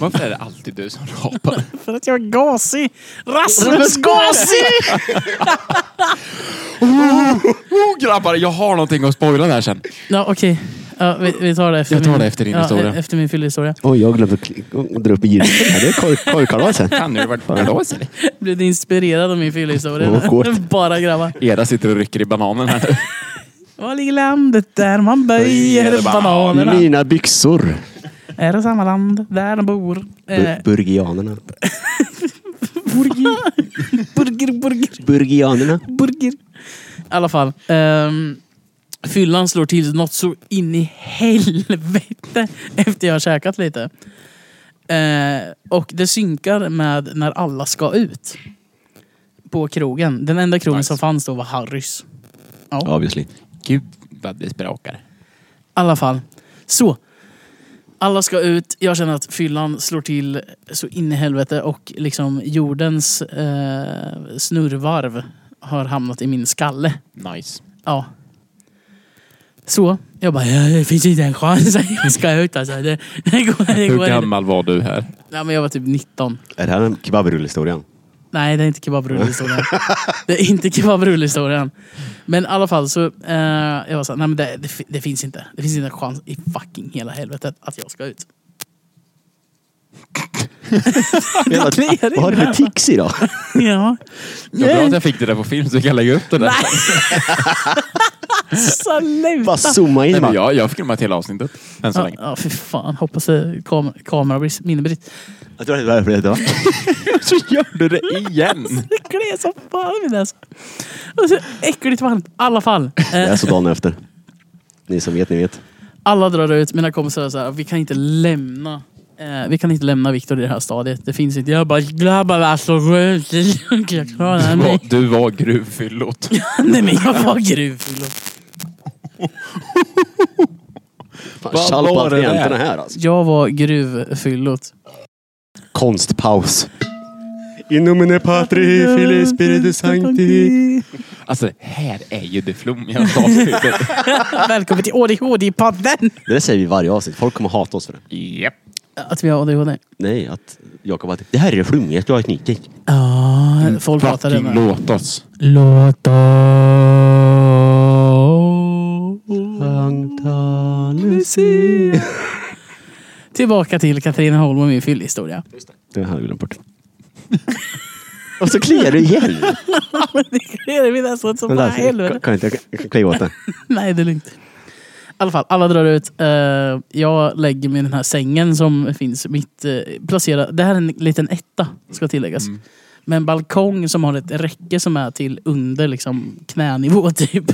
Speaker 2: Varför är det alltid du som rapar?
Speaker 4: För att jag är gasig! Rasmus gasig!
Speaker 2: oh, grabbar, jag har någonting att spoila där sen.
Speaker 4: Ja, okej. Ja, vi, vi tar det efter
Speaker 2: Jag tar
Speaker 4: min-
Speaker 2: det efter din
Speaker 4: ja,
Speaker 2: historia.
Speaker 4: e- Efter min fyllehistoria.
Speaker 3: Oj, jag glömde kli- dra upp gylfen. Ja, det är korv- korvkalaset.
Speaker 2: Kan nu varit kalas eller?
Speaker 4: Blev du inspirerad av min fyllehistoria?
Speaker 3: Åh, gott.
Speaker 4: Bara grabbar.
Speaker 2: Era sitter och rycker i bananen här nu.
Speaker 4: Var ligger landet där man böjer
Speaker 2: Böjer
Speaker 4: bananerna?
Speaker 3: Mina
Speaker 2: Eh.
Speaker 3: byxor.
Speaker 4: Är det samma land där de bor? Eh,
Speaker 3: Bu- Burgianerna.
Speaker 4: burger, burger,
Speaker 3: Burgianerna.
Speaker 4: burger. I alla fall. ehm, fyllan slår till något så in i helvete efter jag har käkat lite. Eh, och det synkar med när alla ska ut. På krogen. Den enda krogen
Speaker 2: Nice.
Speaker 4: som fanns då var Harrys. Ja.
Speaker 3: Obviously.
Speaker 2: Gud vad det sprakar.
Speaker 4: I alla fall. Så. Alla ska ut. Jag känner att fyllan slår till så in i helvete och liksom jordens eh, snurrvarv har hamnat i min skalle.
Speaker 2: Nice.
Speaker 4: Ja. Så. Jag bara, ja, det finns inte en chans att jag ska ut alltså. Det, det går, det
Speaker 2: Hur
Speaker 4: går inte.
Speaker 2: gammal var du här?
Speaker 4: Nej, men jag var typ 19.
Speaker 3: Är det här en kebabrullhistorien?
Speaker 4: Nej, det är inte kebabrullehistorien. det är inte kebabrullehistorien. Men i alla fall så, eh, jag var så här, nej men det, det, fi- det finns inte. Det finns inte en chans i fucking hela helvetet att jag ska ut.
Speaker 3: Vad
Speaker 4: kliar i
Speaker 3: har du för
Speaker 4: näsan.
Speaker 3: tics idag?
Speaker 4: Ja.
Speaker 2: Vad bra att jag fick det där på film så vi kan lägga upp det där.
Speaker 4: Nej!
Speaker 3: Bara
Speaker 4: Sluta!
Speaker 3: zooma in.
Speaker 2: Nej, men
Speaker 3: va?
Speaker 2: jag, jag filmat hela avsnittet. Än så
Speaker 4: Ja,
Speaker 2: länge.
Speaker 4: ja, fy fan. Hoppas det kam kamera blir minnebritt.
Speaker 3: Jag tror att det var det. va?
Speaker 2: Så gör du det igen!
Speaker 4: Det kliar som fan i min näsa. Och så äckligt varmt. I alla fall.
Speaker 3: Det
Speaker 4: Eh,
Speaker 3: är så dagen efter. Ni som vet, ni vet.
Speaker 4: alla drar ut. Mina kompisar är så här, vi kan inte lämna. Eh, vi kan inte lämna Viktor i det här stadiet. Det finns inte. Jag bara, grabbar alltså gå ut. Jag klarar
Speaker 2: Du
Speaker 4: mig.
Speaker 2: var, du var gruvfyllot.
Speaker 4: Nej men jag var gruvfyllo.
Speaker 2: Vad
Speaker 3: Tjall på
Speaker 2: var det där?
Speaker 3: klienterna här alltså.
Speaker 4: Jag var gruvfyllot.
Speaker 3: Konstpaus. In nomine patri, filii, spiritus
Speaker 4: Eh,
Speaker 3: sancti.
Speaker 2: Alltså, det här är ju det flummiga avsnittet.
Speaker 4: Välkommen till ADHD-podden!
Speaker 3: Det där säger vi i varje avsnitt. Folk kommer hata oss för det.
Speaker 2: Japp.
Speaker 4: Att vi har ADHD.
Speaker 3: Nej, att Jakob att det här är flummet och avsnittet.
Speaker 4: Ja, folk pratar
Speaker 2: Fucking
Speaker 4: redan.
Speaker 2: låt oss.
Speaker 4: Låt
Speaker 3: Sankta Lucia.
Speaker 4: Tillbaka till Katrineholm och min fyllhistoria.
Speaker 3: Det här har jag glömt bort. Och så kliar du igen.
Speaker 4: Men det är vid näsan som bara
Speaker 3: Vänta,
Speaker 4: helvete.
Speaker 3: kan, kan inte, jag kan klia åt den.
Speaker 4: Nej, det är lugnt. I alla fall, alla drar ut. Eh, jag lägger mig i den här sängen som finns mitt eh, placera. Det här är en liten etta, ska tilläggas. Med en balkong som har ett räcke som är till under liksom, knänivå, typ.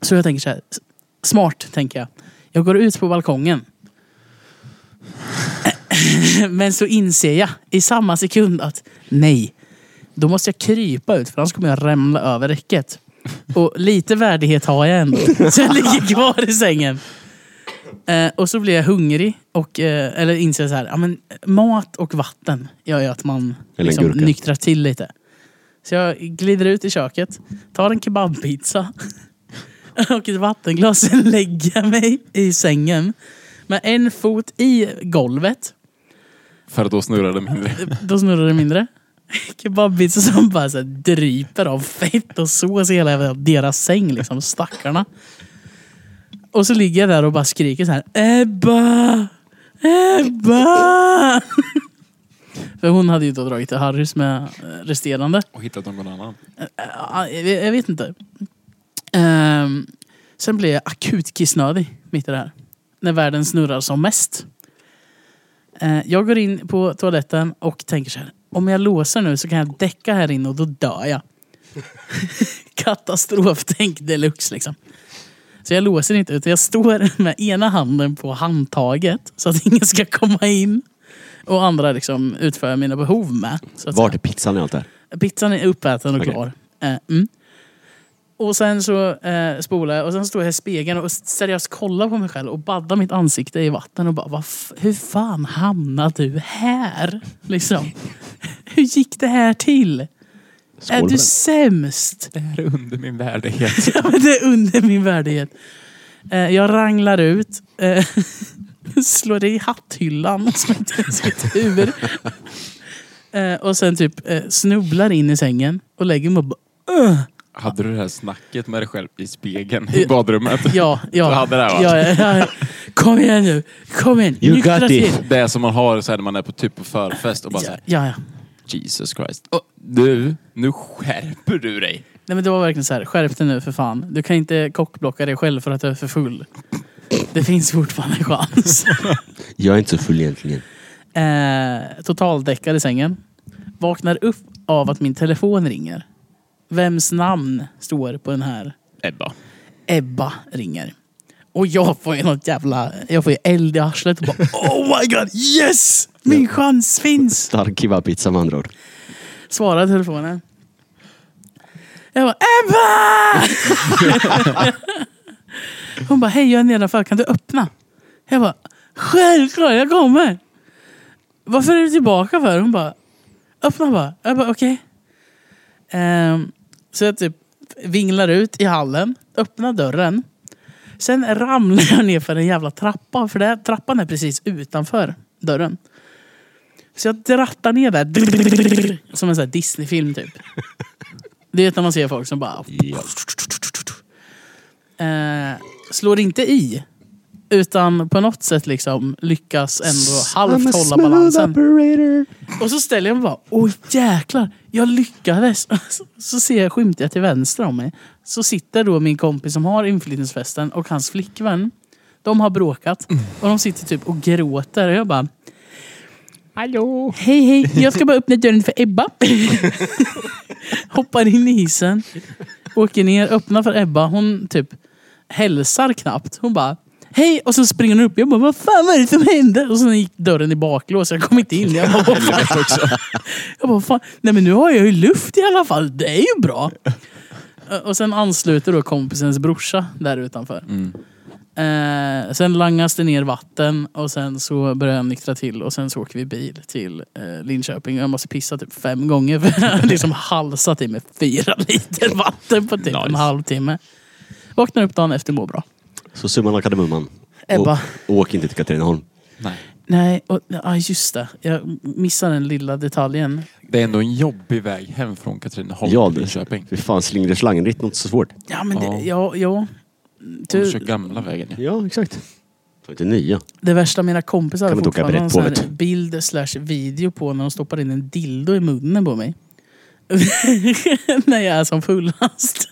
Speaker 4: Så jag tänker så här, s- smart, tänker jag. Jag går ut på balkongen. Men så inser jag i samma sekund att nej, då måste jag krypa ut för annars kommer jag ramla över räcket. Och lite värdighet har jag ändå. Så jag ligger kvar i sängen. Eh, och så blir jag hungrig. Och, eh, eller inser så här, ja, men mat och vatten gör ju att man
Speaker 3: Eller en
Speaker 4: liksom,
Speaker 3: gurka.
Speaker 4: nyktrar till lite. Så jag glider ut i köket, tar en kebabpizza och ett vattenglas. Sen lägger jag mig i sängen med en fot i golvet.
Speaker 2: För att då snurrar det mindre.
Speaker 4: Då snurrar det mindre. Kebabpizza som bara så här dryper av fett och sås i hela jävla deras säng. Liksom, stackarna. Och så ligger jag där och bara skriker så här. Ebba! Ebba! För hon hade ju då dragit till Harrys med eh, resterande.
Speaker 2: Och hittat någon annan.
Speaker 4: Ja, Eh, jag, jag vet inte. Ehm, sen blir jag akut kissnödig mitt i det här. När världen snurrar som mest. Eh, jag går in på toaletten och tänker så här. Om jag låser nu så kan jag däcka här inne och då dör jag. Katastroftänk deluxe liksom. Så jag låser inte utan jag står med ena handen på handtaget så att ingen ska komma in. Och andra liksom utför jag mina behov med. Så att säga.
Speaker 3: Vart är pizzan i allt det här?
Speaker 4: Pizzan är uppäten och
Speaker 3: Okej.
Speaker 4: klar. Eh, mm. Och sen så eh, spolar jag och sen står jag i spegeln och seriöst kollar på mig själv och baddar mitt ansikte i vatten och bara "Vad f- hur fan hamnade du här? Liksom. hur gick det här till?
Speaker 3: Skål
Speaker 4: är
Speaker 3: på
Speaker 4: du
Speaker 3: den.
Speaker 4: sämst?
Speaker 2: Det här är under min värdighet.
Speaker 4: Ja, men det är under min värdighet. Eh, jag ranglar ut. Eh, slår det i hatthyllan som inte ens mitt huvud. Eh, och sen typ eh, snubblar in i sängen och lägger mig och bara,
Speaker 2: Hade du det här snacket med dig själv i spegeln i badrummet?
Speaker 4: Ja, ja.
Speaker 2: Du hade det här, va?
Speaker 4: ja, ja, ja. Kom igen nu. Kom igen.
Speaker 3: You
Speaker 4: Nyktra
Speaker 3: got
Speaker 4: till.
Speaker 3: it.
Speaker 2: Det är som man har så här, när man är på typ på förfest och bara
Speaker 4: Ja,
Speaker 2: såhär,
Speaker 4: ja, ja.
Speaker 2: Jesus Christ. Och du, nu skärper du dig.
Speaker 4: Nej, men det var verkligen så här. Skärp dig nu för fan. Du kan inte kockblocka dig själv för att du är för full. Det finns fortfarande en chans.
Speaker 3: Jag är inte så full egentligen.
Speaker 4: Eh, totaldäckad i sängen. Vaknar upp av att min telefon ringer. Vems namn står på den här?
Speaker 2: Ebba.
Speaker 4: Ebba ringer. Och jag får ju något jävla... Jag får ju eld i arslet och bara Oh my god, yes! Min chans finns!
Speaker 3: Stark kebabpizza med andra ord.
Speaker 4: Svarar telefonen. Jag bara Ebba! Hon bara hej jag är nedanför, kan du öppna? Jag bara självklart jag kommer. Varför är du tillbaka för? Hon bara öppna bara. Jag bara okej. Ehm, så jag typ vinglar ut i hallen, öppnar dörren. Sen ramlar jag ner för en jävla trappa, för där, trappan är precis utanför dörren. Så jag drattar ner där. drrrr, Som en sån här Disney-film typ. Det är när man ser folk som bara...
Speaker 3: Ja.
Speaker 4: Eh, slår inte i. Utan på något sätt liksom lyckas ändå halvt hålla balansen.
Speaker 3: operator.
Speaker 4: Och så ställer jag mig bara, åh jäklar, jag lyckades. Så- Så ser jag, skymtar jag till vänster om mig. Så sitter då min kompis som har inflyttningsfesten och hans flickvän. De har bråkat och de sitter typ och gråter. Och jag bara,
Speaker 5: Hallå?
Speaker 4: hej hej, jag ska bara öppna dörren för Ebba. Hoppar in i hissen. Åker ner, öppnar för Ebba. Hon typ hälsar knappt. Hon bara Hej! Och så springer hon upp. Jag bara, vad fan var det som hände? Och sen gick dörren i baklås. Jag kom inte in. Jag bara, vad fan? Jag bara, fan. Nej men nu har jag ju luft i alla fall. Det är ju bra. Och sen ansluter då kompisens brorsa där utanför. Eh, sen langas det ner vatten och sen så börjar jag nyktra till och sen så åker vi bil till eh, Linköping. Jag måste pissa typ fem gånger för jag har liksom halsat i mig fyra liter vatten på typ en
Speaker 2: Nice.
Speaker 4: halvtimme. Vaknar upp dagen efter mår bra.
Speaker 3: Så summan av kardemumman.
Speaker 4: Ebba.
Speaker 3: Å- Åk inte till Katrineholm.
Speaker 2: Nej.
Speaker 4: Nej, och, ja, just det. Jag missar den lilla detaljen.
Speaker 2: Det är ändå en jobbig väg hem från Katrineholm
Speaker 3: Ja,
Speaker 2: till
Speaker 3: det.
Speaker 2: Linköping.
Speaker 3: Fy fan, slingrigt slangritt. Något så svårt.
Speaker 4: Ja, men det,
Speaker 2: Ja.
Speaker 4: ja, ja.
Speaker 2: Du kör
Speaker 4: Du,
Speaker 2: gamla vägen. ja.
Speaker 3: Ja, exakt. 59.
Speaker 4: Det värsta mina kompisar
Speaker 3: Kan
Speaker 4: har
Speaker 3: man inte åka
Speaker 4: fortfarande någon
Speaker 3: brett
Speaker 4: sån
Speaker 3: på,
Speaker 4: här
Speaker 3: vet du.
Speaker 4: bild slash video på när de stoppar in en dildo i munnen på mig. när jag är som fullast.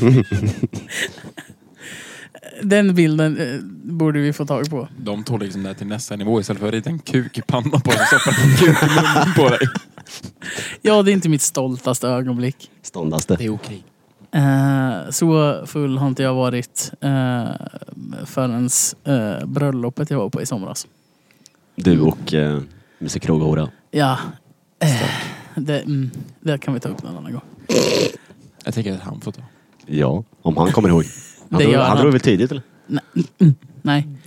Speaker 4: Den bilden eh, borde vi få tag på.
Speaker 2: De tog liksom det här till nästa nivå istället för att rita en kuk i pannan på dig och stoppa en kuk i munnen på dig.
Speaker 4: Ja, det är inte mitt stoltaste ögonblick.
Speaker 3: Ståndaste.
Speaker 2: är okej.
Speaker 4: Eh, så full har inte jag varit eh, förrän eh, bröllopet jag var på i somras.
Speaker 3: Du och eh, Musse Krog och Hora.
Speaker 4: Ja, eh, det, mm, det kan vi ta upp någon annan gång.
Speaker 2: Jag tänker att han får ta.
Speaker 3: Ja, om han kommer ihåg. Han,
Speaker 4: Det
Speaker 3: drog,
Speaker 4: gör han.
Speaker 3: han drog väl tidigt eller?
Speaker 4: Nej.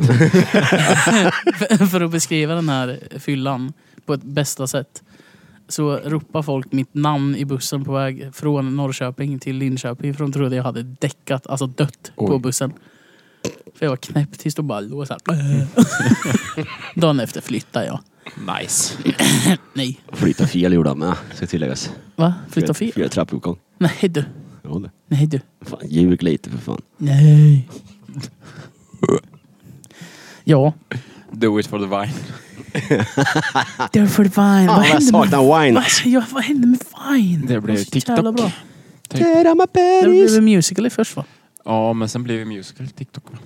Speaker 4: för att beskriva den här fyllan på ett bästa sätt så ropar folk mitt namn i bussen på väg från Norrköping till Linköping för de trodde jag hade däckat, alltså dött på
Speaker 2: Oj.
Speaker 4: bussen. För jag var knäpp tills och bara låg såhär. Dagen efter flyttade jag.
Speaker 2: Nice.
Speaker 4: Nej.
Speaker 3: Flytta fel gjorde han med, ska tilläggas.
Speaker 4: Va? Flytta fel?
Speaker 3: Fyra trappuppgång.
Speaker 4: Nej du.
Speaker 3: Jo, det.
Speaker 4: Nej du.
Speaker 3: Fan, ljug lite för fan.
Speaker 4: Nej. Ja.
Speaker 2: Do it for the vine.
Speaker 4: Därför Vine.
Speaker 3: Fan
Speaker 4: vad
Speaker 3: vad Ah, jag
Speaker 4: hände med...
Speaker 3: saknar wine.
Speaker 4: Vad, ja, vad hände med Vine?
Speaker 2: Det blev
Speaker 4: var så jävla
Speaker 2: TikTok.
Speaker 4: bra.
Speaker 3: Get on my
Speaker 4: Det
Speaker 3: berries.
Speaker 4: blev en musical i först va?
Speaker 2: Ja, men sen blev det musical TikTok. va?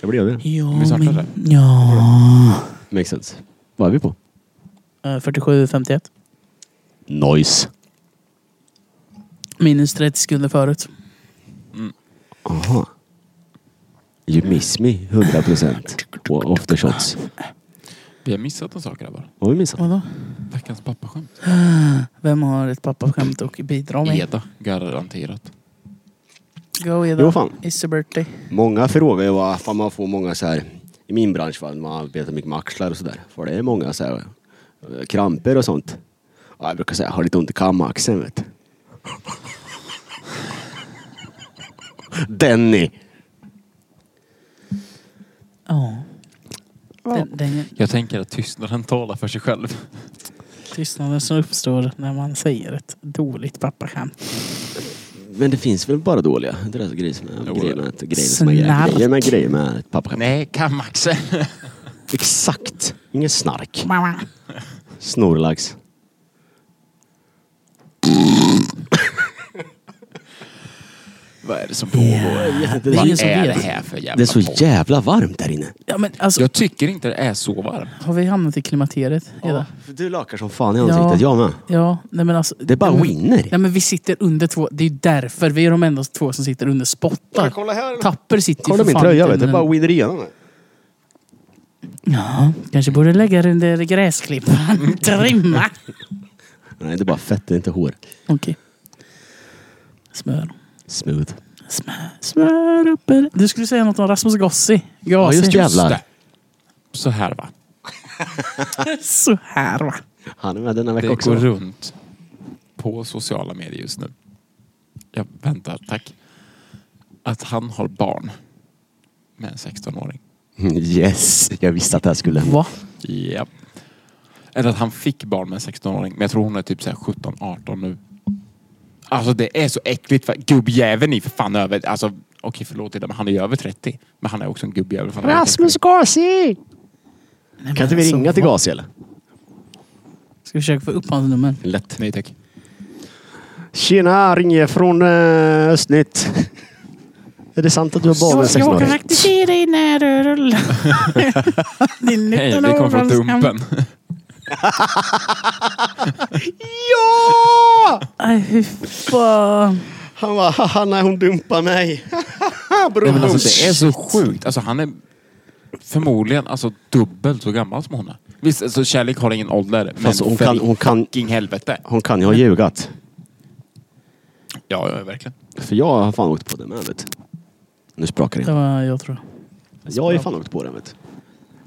Speaker 3: Det blev det.
Speaker 4: Ja,
Speaker 2: Vi startar där.
Speaker 4: Ja.
Speaker 3: Makes sense. Vad är vi på?
Speaker 4: 47, 51.
Speaker 3: Noise.
Speaker 4: Minus 30 sekunder förut.
Speaker 3: Aha. You miss me 100% på aftershots.
Speaker 2: Vi har missat en sak grabbar.
Speaker 3: Vad har vi missat?
Speaker 4: Vadå?
Speaker 2: Veckans pappaskämt.
Speaker 4: Vem har ett pappaskämt och bidra med?
Speaker 2: Eda, garanterat.
Speaker 4: Go Eda.
Speaker 3: Jo, fan.
Speaker 4: It's your birthday.
Speaker 3: Många frågar ju varför man får många så här i min bransch va, man arbetar mycket med axlar och sådär. För det är många så här eh, kramper och sånt. Ja, jag brukar säga, jag har lite ont i kamaxeln vet du. Denny!
Speaker 4: Ja. Den, den
Speaker 2: Jag tänker att tystnaden talar för sig själv.
Speaker 4: tystnaden som uppstår när man säger ett dåligt pappaskämt.
Speaker 3: Men det finns väl bara dåliga? Det är alltså grejer som är
Speaker 2: Jo,
Speaker 3: grejer med grejer som är
Speaker 4: Snark.
Speaker 3: grejer. Grejer med grejer med ett pappaskämt.
Speaker 2: Nej, kamaxe.
Speaker 3: Exakt! Ingen snark.
Speaker 5: Mamma.
Speaker 3: Snorlax.
Speaker 2: Vad är det som pågår?
Speaker 4: Det är
Speaker 2: Vad
Speaker 4: ingen som
Speaker 2: är det
Speaker 4: vet.
Speaker 2: här för jävla
Speaker 3: Det är så
Speaker 2: podd?
Speaker 3: jävla varmt där inne.
Speaker 4: Ja, men alltså,
Speaker 2: Jag tycker inte det är så varmt.
Speaker 4: har vi hamnat i klimakteriet? Eda?
Speaker 3: Du lakar som fan i ansiktet, jag med.
Speaker 4: Ja, nej men alltså.
Speaker 3: Det är bara
Speaker 4: nej, men-
Speaker 3: winner.
Speaker 4: Nej men vi sitter under två, det är ju därför vi är de enda två som sitter under spottar.
Speaker 3: Kolla här.
Speaker 4: Tapper sitter ju
Speaker 3: Kolla
Speaker 4: för
Speaker 3: min
Speaker 4: fan
Speaker 3: tröja
Speaker 4: inte
Speaker 3: vet du, det är
Speaker 4: under
Speaker 3: bara winner igenom.
Speaker 4: Ja, kanske borde lägga den under
Speaker 3: Mm.
Speaker 4: gräsklippan. Trimma.
Speaker 3: Nej, det är bara fett, det är inte hår.
Speaker 4: Okej. Smör.
Speaker 3: Smooth.
Speaker 4: Smör. Smör upp er. Du skulle säga något om Rasmus Gossi.
Speaker 3: Ja, just jävlar.
Speaker 2: det. Så här va.
Speaker 4: Så här va.
Speaker 3: Han är med denna
Speaker 2: Det
Speaker 3: vecka
Speaker 2: går
Speaker 3: också.
Speaker 2: runt på sociala medier just nu. Jag väntar, tack. Att han har barn med en 16-åring.
Speaker 3: Mm, Yes, jag visste att det här skulle hända.
Speaker 4: Va?
Speaker 2: Ja. Eller att han fick barn med en 16-åring. Men jag tror hon är typ 17-18 nu. Alltså det är så äckligt. va? Gubbjäveln är för fan över... Alltså okej förlåt Ida, men han är ju över 30. Men han är också en gubbjävel. för han är
Speaker 5: Rasmus Gasi!
Speaker 3: Kan inte vi ringa till Gazi eller?
Speaker 4: alltså, Ska vi försöka få upp hans nummer?
Speaker 3: Lätt.
Speaker 2: Nej tack.
Speaker 3: Tjena, ringer från eh, Östnytt. Är det sant att du har barn med en
Speaker 5: Jag, jag kan
Speaker 3: 16-åring?
Speaker 5: faktiskt se dig när du rullar. Din
Speaker 2: Hej, vi kommer från Dumpen.
Speaker 3: Ja!
Speaker 4: Nej, fy fan.
Speaker 3: Han var haha när hon dumpar mig.
Speaker 2: Nej, men
Speaker 3: Bror.
Speaker 2: alltså, det är så sjukt. Alltså, han är förmodligen alltså, dubbelt så gammal som hon är. Visst, alltså, kärlek har ingen ålder. Men
Speaker 3: Fast hon
Speaker 2: för
Speaker 3: kan, hon, kan,
Speaker 2: fucking helvete.
Speaker 3: hon kan ju ha ljugat.
Speaker 2: Ja, ja, verkligen.
Speaker 3: För jag har fan åkt på den med vet du. Nu sprakar
Speaker 4: Det
Speaker 3: det.
Speaker 4: var jag tror.
Speaker 3: Jag har ju fan åkt på den vet du.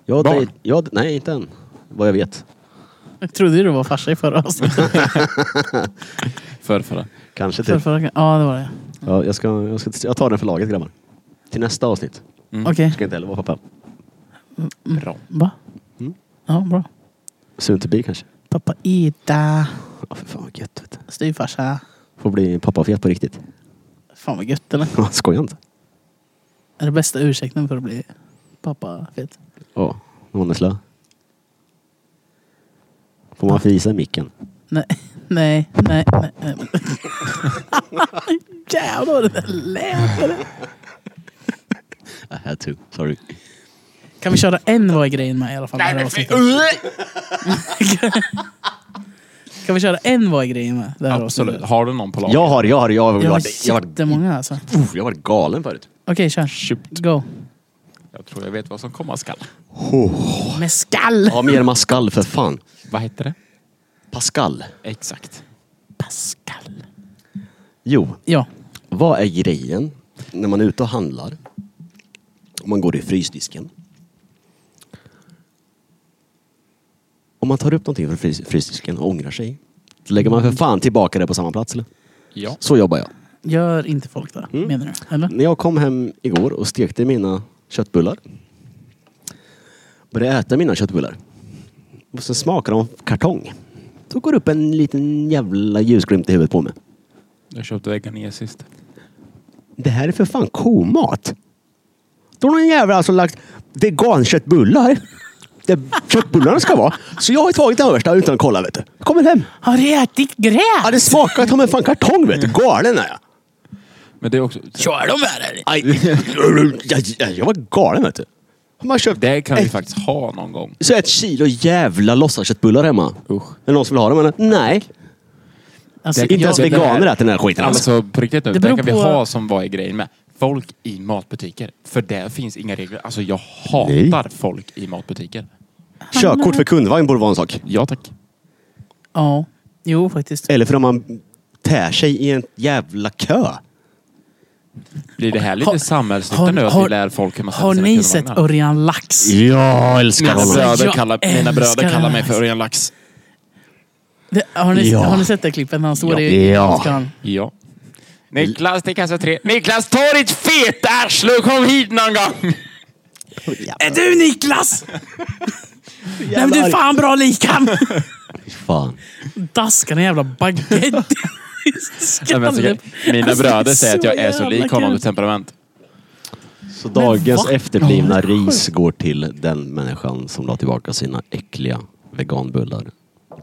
Speaker 3: Jag,
Speaker 2: Barn?
Speaker 3: dej, jag, nej, inte än. Vad jag vet.
Speaker 4: Jag trodde ju du var farsa i förra avsnittet.
Speaker 2: För, förra.
Speaker 3: Kanske
Speaker 4: Förra,
Speaker 3: typ.
Speaker 4: förra, ja, det var det.
Speaker 3: Ja, jag, ska, jag, ska, jag tar den för laget grabbar. Till nästa avsnitt.
Speaker 2: Mm.
Speaker 4: Okej.
Speaker 3: Ska inte heller vara pappa.
Speaker 2: Bra.
Speaker 4: Va?
Speaker 3: Mm.
Speaker 4: Ja, bra.
Speaker 3: Soon to be kanske.
Speaker 4: Pappa Ida.
Speaker 3: Ja, för fan vad gött vet du.
Speaker 4: Styvfarsa.
Speaker 3: Får bli pappafet på riktigt.
Speaker 4: Fan vad gött eller?
Speaker 3: Skoja inte.
Speaker 4: Är det bästa ursäkten för att bli pappa fet.
Speaker 3: Ja, hon är slö. Får man fisa i micken?
Speaker 4: Nej, nej, nej, nej. nej. Jävlar vad det där lät. eller?
Speaker 3: I had to, sorry.
Speaker 4: Kan vi köra en var grejen med i alla fall? det här avsnittet? Kan vi köra en var grejen med? Det här
Speaker 2: Absolut.
Speaker 4: avsnittet?
Speaker 2: Har du någon på lager?
Speaker 3: Jag har, jag har, jag har,
Speaker 4: Jag
Speaker 3: jag har,
Speaker 4: har
Speaker 3: jag har,
Speaker 4: jättemånga alltså. Okej,
Speaker 3: uff, jag har varit galen förut.
Speaker 4: kör. Go.
Speaker 2: Jag tror jag vet vad som komma skall.
Speaker 4: Med skall!
Speaker 3: Ja, mer maskall för fan.
Speaker 2: Vad heter det?
Speaker 3: Pascal.
Speaker 2: Exakt.
Speaker 4: Pascal.
Speaker 3: Jo,
Speaker 4: Ja.
Speaker 3: Vad är grejen när man är ute och handlar? Om man går i frysdisken. Om man tar upp någonting från frys frysdisken och ångrar sig. Då lägger man för fan tillbaka det på samma plats eller?
Speaker 2: Ja.
Speaker 3: Så jobbar jag.
Speaker 4: Gör inte folk det,
Speaker 2: Mm.
Speaker 4: menar du? Eller?
Speaker 3: När jag kom hem igår och stekte mina köttbullar. Började äta mina köttbullar. Och sen smakar de kartong. Så går upp en liten jävla ljusglimt i huvudet på mig.
Speaker 2: Jag köpte veganiskt.
Speaker 3: Det här är för fan komat. Då har någon jävel alltså lagt veganköttbullar. Där köttbullarna ska vara. Så jag har tagit den översta utan att kolla vet du. Kommer hem.
Speaker 4: Har du ätit
Speaker 3: Ja,
Speaker 4: gräs?
Speaker 3: det smakar som en fan kartong vet du. Galen är jag.
Speaker 2: Men det är också...
Speaker 4: Kör de här eller?
Speaker 3: Aj, jag, jag, jag var galen vet du. Har man köpt
Speaker 2: Det kan vi
Speaker 3: ett,
Speaker 2: faktiskt ha någon gång.
Speaker 3: så ett kilo jävla låtsasköttbullar hemma?
Speaker 2: Usch.
Speaker 3: Är det någon som vill ha dem eller? Nej.
Speaker 4: Alltså,
Speaker 2: Det är
Speaker 3: Inte ens
Speaker 4: jag-
Speaker 2: det där-
Speaker 3: veganer äter den här skiten. Alltså.
Speaker 2: Alltså på riktigt nu,
Speaker 4: Det
Speaker 2: det,
Speaker 4: beror
Speaker 2: kan vi
Speaker 4: på-
Speaker 2: ha som var i grejen med. Folk i matbutiker. För där finns inga regler. Alltså jag hatar folk i matbutiker.
Speaker 3: Körkort för kundvagn borde vara en sak.
Speaker 2: Ja tack.
Speaker 4: Ja. Jo, faktiskt.
Speaker 2: Eh,
Speaker 3: Eller för om man tär sig i en jävla kö.
Speaker 2: Blir det här
Speaker 4: Har-
Speaker 2: lite
Speaker 4: har-
Speaker 2: samhällsnytta nu att
Speaker 4: har-
Speaker 2: vi lär folk hur man sätter
Speaker 4: Har
Speaker 2: sina
Speaker 4: ni
Speaker 2: kundvagnar?
Speaker 4: sett Örjan Lax?
Speaker 3: Jag älskar
Speaker 2: Mina
Speaker 4: Alltså,
Speaker 2: bröder,
Speaker 4: jag
Speaker 2: kallar, mina
Speaker 4: älskar
Speaker 2: bröder kallar mig
Speaker 4: den
Speaker 2: för
Speaker 4: här.
Speaker 2: Örjan Lax.
Speaker 4: Det, har, ni,
Speaker 3: Ja.
Speaker 4: har ni sett det klippet när han står
Speaker 3: Ja.
Speaker 4: i
Speaker 3: Ja.
Speaker 4: Ska-
Speaker 2: Ja. Niklas till kassa tre. Niklas, ta ditt feta arsle och kom hit någon gång!
Speaker 4: Är du Niklas? Nej men du är
Speaker 3: arg.
Speaker 4: fan bra lik han!
Speaker 3: Fan.
Speaker 4: Daskar en jävla baguette. Alltså,
Speaker 2: Mina bröder säger att jag är så lik honom i
Speaker 4: Typ.
Speaker 2: temperament.
Speaker 3: Så dagens
Speaker 4: va?
Speaker 3: efterblivna ris går till den människan som la tillbaka sina äckliga veganbullar.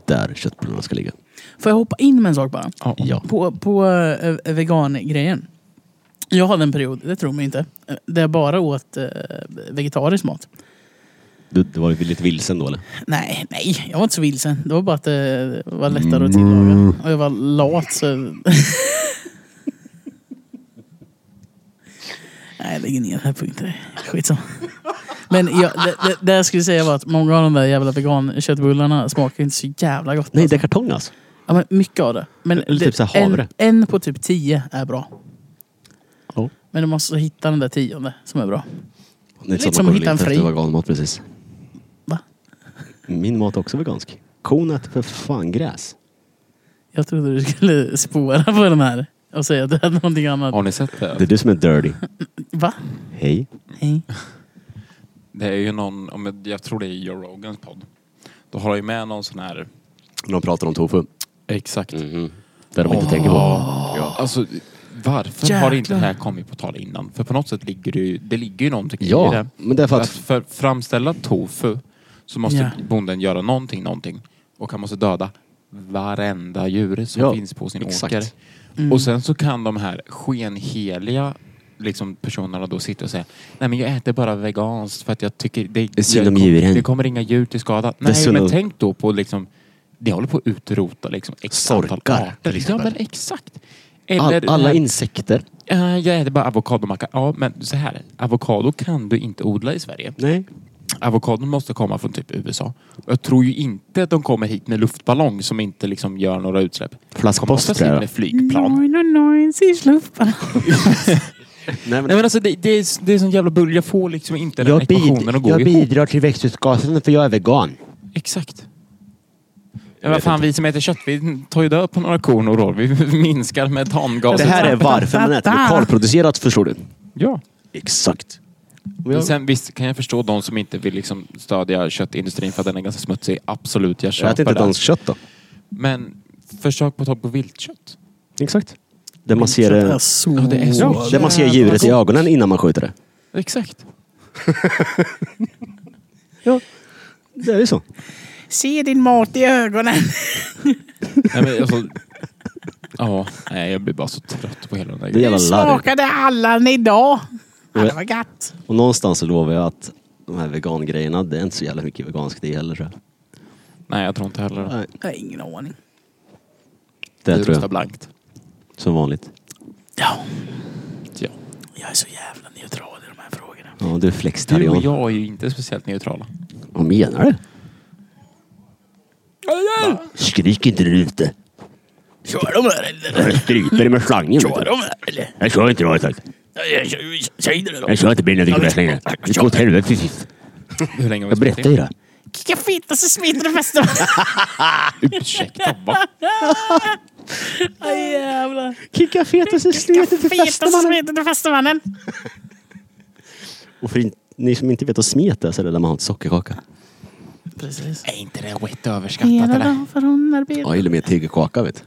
Speaker 3: Där köttbullarna ska ligga.
Speaker 4: Får jag hoppa in med en sak bara?
Speaker 3: Ja.
Speaker 4: På, på eh, vegangrejen. Jag hade en period, det tror man ju inte, eh, där jag bara åt eh, vegetarisk mat.
Speaker 3: Du, du var ju lite vilsen då eller?
Speaker 4: Nej, nej, jag var inte så vilsen. Det var bara att eh, det var lättare att
Speaker 3: Mm.
Speaker 4: tillaga. Och jag var lat så... nej, jag lägger ner den här punkten. Skitsamma. Men jag, det, det, det jag skulle säga var att många av de där jävla veganköttbullarna smakar ju inte så jävla gott.
Speaker 3: Nej,
Speaker 4: alltså.
Speaker 3: det är kartong alltså.
Speaker 4: ja, men mycket av det. Men
Speaker 3: Eller typ
Speaker 4: det-
Speaker 3: så här havre.
Speaker 4: en, en på typ tio är bra.
Speaker 3: Ja.
Speaker 4: Men du måste hitta den där tionde som är bra.
Speaker 3: Det är
Speaker 4: lite som att hitta en fri.
Speaker 3: veganmat precis.
Speaker 4: Va?
Speaker 3: Min mat är också vegansk. Kon äter för fan gräs.
Speaker 4: Jag trodde du skulle spåra på den här och säga att du hade någonting annat.
Speaker 2: Har ni sett
Speaker 3: Det är
Speaker 2: det?
Speaker 3: du som är dirty.
Speaker 4: Va?
Speaker 3: Hej.
Speaker 4: Nej.
Speaker 2: Det är ju någon, om jag- jag tror det är Joe Rogans podd. Då har jag ju med någon sån här...
Speaker 3: De pratar om tofu.
Speaker 2: Exakt.
Speaker 3: Mm. Där Mm-hmm. de inte tänker på. Ja.
Speaker 2: Alltså, varför har inte det
Speaker 4: Jäklar.
Speaker 2: här kommit på tal innan? För på något sätt ligger det ju, det ligger ju någonting i
Speaker 3: ja,
Speaker 2: det.
Speaker 3: men det är för
Speaker 2: För att
Speaker 3: att...
Speaker 2: för framställa tofu så måste
Speaker 4: Ja.
Speaker 2: bonden göra någonting, någonting. Och han måste döda varenda djur som
Speaker 3: Ja,
Speaker 2: finns på sin
Speaker 3: exakt. Mm.
Speaker 2: åker. Och sen så kan de här skenheliga liksom, personerna då sitta och säga Nej men jag äter bara veganskt för att jag tycker det,
Speaker 3: är synd
Speaker 2: jag
Speaker 3: om djuren."
Speaker 2: det kommer inga djur till skada. Nej
Speaker 3: synd
Speaker 2: men
Speaker 3: om-
Speaker 2: tänk då på liksom Det håller på att utrota liksom x
Speaker 3: Sorkar,
Speaker 2: antal
Speaker 3: till
Speaker 2: arter. Ja
Speaker 3: exempel.
Speaker 2: men exakt.
Speaker 3: All,
Speaker 2: det
Speaker 3: alla
Speaker 2: här-
Speaker 3: insekter.
Speaker 2: Eh, jag äter bara avokadomacka. Ja men så här, avokado kan du inte odla i Sverige.
Speaker 3: Nej.
Speaker 2: Avokadon måste komma från typ USA. Jag tror ju inte att de kommer hit med luftballong som inte liksom gör några utsläpp. De
Speaker 3: Flaskpost
Speaker 2: måste
Speaker 3: tror
Speaker 2: hit
Speaker 3: jag.
Speaker 2: med flygplan.
Speaker 4: Mm.
Speaker 5: Noj, noj, noj, sisslupparna.
Speaker 3: Nej, men
Speaker 2: Nej men alltså det, det är, det är sån jävla bull. Jag får liksom inte den
Speaker 3: Jag, bid,
Speaker 2: ekvationen att gå
Speaker 3: jag
Speaker 2: ihop.
Speaker 3: bidrar till växthusgasen för jag är vegan.
Speaker 2: Exakt. Ja, vad fan, vi som äter kött, vi tar ju död på några kornor då. Vi minskar
Speaker 3: Det
Speaker 2: metangasen.
Speaker 3: här är varför man äter lokalproducerat förstår du.
Speaker 2: Ja.
Speaker 3: Exakt.
Speaker 2: Men sen visst kan jag förstå de som inte vill liksom stödja köttindustrin för att den är ganska smutsig. Absolut, jag
Speaker 3: Jag
Speaker 2: köper
Speaker 3: äter inte
Speaker 2: det.
Speaker 3: danskt kött då.
Speaker 2: Men försök på tag på viltkött.
Speaker 3: Exakt. Där man ser,
Speaker 4: Det är
Speaker 3: eh,
Speaker 4: så...
Speaker 2: Ja, det är så.
Speaker 3: där man ser djuret i ögonen innan man skjuter det.
Speaker 2: Exakt.
Speaker 3: ja, det är ju så.
Speaker 4: Se din mat i ögonen.
Speaker 2: Nej, men alltså, ja, nej, jag blir bara så trött på hela den där
Speaker 3: Det är
Speaker 2: grejen.
Speaker 3: jävla
Speaker 4: Du
Speaker 3: larv.
Speaker 4: smakade allan idag. Ja, det var gatt.
Speaker 3: Och någonstans så lovar jag att de här vegangrejerna, det är inte så jävla mycket veganskt i heller tror jag.
Speaker 2: Nej, jag tror inte heller det.
Speaker 3: Nej,
Speaker 4: Jag har ingen aning.
Speaker 3: det
Speaker 2: Vi
Speaker 3: tror
Speaker 2: röstar
Speaker 3: jag.
Speaker 2: blankt.
Speaker 3: Som vanligt.
Speaker 4: Ja,
Speaker 2: Ja.
Speaker 4: jag är så jävla neutral i de här frågorna.
Speaker 3: Ja, du är
Speaker 2: Du och
Speaker 3: flexitarian.
Speaker 2: jag är ju inte speciellt neutrala.
Speaker 3: Vad menar du? Skrik inte där ute.
Speaker 4: Kör de här eller?
Speaker 3: Jag stryper dig med slangen. vet
Speaker 4: Kör
Speaker 3: du.
Speaker 4: de här eller?
Speaker 3: Jag kör inte idag tack.
Speaker 4: Ja, jag kör- Säg det då.
Speaker 3: Jag kör inte bilen till kväll längre. Det går åt helvete till sist.
Speaker 2: Hur länge har vi
Speaker 3: Jag
Speaker 2: spelat
Speaker 3: berättar ju
Speaker 2: in?
Speaker 3: det.
Speaker 4: Kicka fitta så smiter du festen.
Speaker 2: Ursäkta, va?
Speaker 4: Aj jävlar.
Speaker 3: Kicka fetus i slutet
Speaker 4: Fitta så smiter alltså, du festen mannen.
Speaker 3: Och för in- ni som inte vet vad smet är så är det där man har en sockerkaka.
Speaker 4: Precis.
Speaker 2: Är inte det wet överskattat
Speaker 5: Hela
Speaker 2: eller?
Speaker 5: dagen för hon arbetar.
Speaker 3: Ja, eller med tegelkaka vet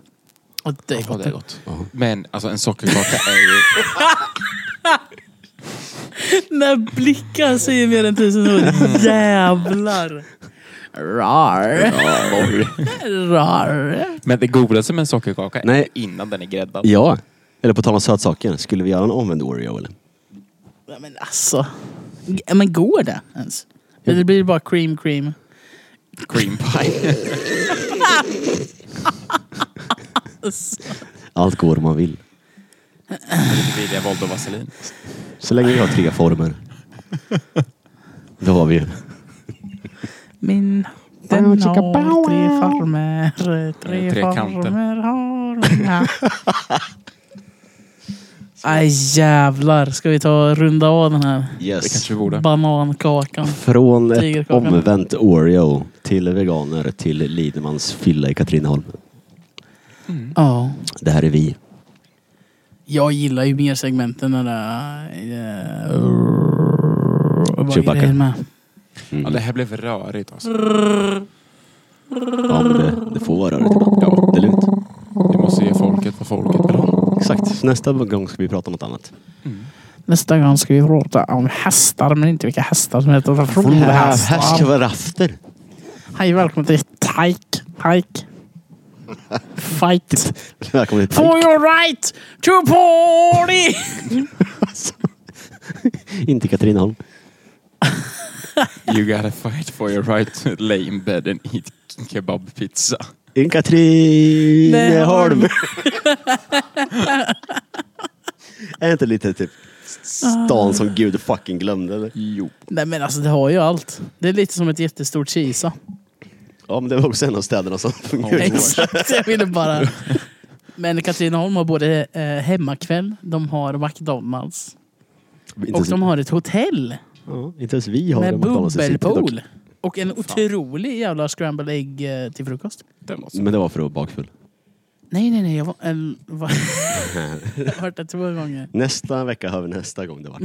Speaker 4: Och det är
Speaker 2: Ja,
Speaker 4: gott.
Speaker 2: det är gott. Men alltså en sockerkaka är ju...
Speaker 4: När blickar säger mer än tusen ord. Jävlar. Rar. Rar.
Speaker 2: Men det godaste med en sockerkaka är
Speaker 3: Nej.
Speaker 2: innan den är gräddad.
Speaker 3: Ja. Eller på tal om sötsaker, skulle vi göra en omvänd Oreo eller?
Speaker 4: Ja, men alltså. G- Men går det ens? Eller blir det bara cream cream?
Speaker 2: Cream pie.
Speaker 3: Allt går om man vill.
Speaker 2: Det blir det jag valde vaselin.
Speaker 3: Så länge vi har tre former. Då har vi ju.
Speaker 4: Min den
Speaker 5: Bow, chicka,
Speaker 4: har
Speaker 5: bow,
Speaker 4: tre
Speaker 5: wow.
Speaker 4: former. Tre,
Speaker 2: Tre kanter.
Speaker 4: former har den. Aj jävlar. Ska vi ta runda av den här
Speaker 2: Det
Speaker 3: Yes.
Speaker 2: kanske vi
Speaker 5: Mm.
Speaker 2: borde.
Speaker 4: banankakan?
Speaker 3: Från ett
Speaker 4: Tigerkakan.
Speaker 3: omvänt Oreo till veganer till Lidemans fylla i Katrineholm.
Speaker 4: Ja.
Speaker 3: Det här är vi.
Speaker 4: Jag gillar ju mer segmenten än det där... eh, vad är
Speaker 3: Chewbacca.
Speaker 4: det med?
Speaker 2: Ja, det här blev rörigt alltså.
Speaker 3: Ja, men det, det får vara rörigt ibland. Ja, det är lugnt.
Speaker 2: Vi måste ge folket vad folket vill ha.
Speaker 3: Exakt. Så nästa gång ska vi prata om något annat.
Speaker 4: Nästa gång ska vi prata om hästar, men inte vilka hästar som heter. utan Flodhästar.
Speaker 3: vara rafter.
Speaker 4: Hej, välkommen till Hike. Hike. Fight.
Speaker 3: Välkommen till
Speaker 4: For your right to party!
Speaker 3: Inte Katrineholm.
Speaker 2: You gotta fight for your right to lay in bed and eat kebabpizza.
Speaker 3: In Katrineholm. är det inte lite typ stan som Gud fucking glömde? Eller?
Speaker 2: Jo.
Speaker 4: Nej men alltså det har ju allt. Det är lite som ett jättestort Kisa.
Speaker 3: Ja, men det var också en av städerna som fungerade.
Speaker 4: Exakt, jag ville bara... Men Katrineholm har både eh, hemmakväll, de har McDonalds
Speaker 3: Inte
Speaker 4: och
Speaker 3: ens-
Speaker 4: de har ett hotell
Speaker 3: Ja, inte ens vi har
Speaker 4: med
Speaker 3: en McDonald's i city dock.
Speaker 4: bubbelpool. Och en otrolig jävla scrambled egg eh, till frukost.
Speaker 2: Det måste
Speaker 3: Men det var för att vara bakfull.
Speaker 4: Nej, nej, nej. Jag var... En, var jag har varit där två gånger.
Speaker 3: Nästa vecka hör vi nästa gång det var.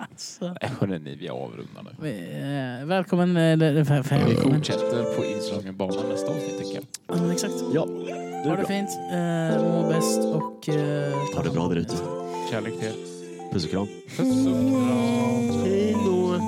Speaker 4: Alltså.
Speaker 2: Nej, Hörrni, Äh, vi avrundar nu.
Speaker 4: Eh, Välkommen... Eller,
Speaker 2: Vi
Speaker 4: välkommen.
Speaker 2: fortsätter på inslagen bana nästa avsnitt tycker jag.
Speaker 4: Ja, men exakt.
Speaker 3: Ja,
Speaker 4: Ha
Speaker 3: det
Speaker 4: det
Speaker 3: är bra.
Speaker 4: fint. Eh, må bäst och... Eh, ta
Speaker 3: Ha det
Speaker 4: hand
Speaker 3: bra
Speaker 4: om
Speaker 3: där
Speaker 4: er.
Speaker 3: ute.
Speaker 2: Kärlek till er.
Speaker 3: Puss och kram.
Speaker 2: Puss och kram.
Speaker 3: Hej då.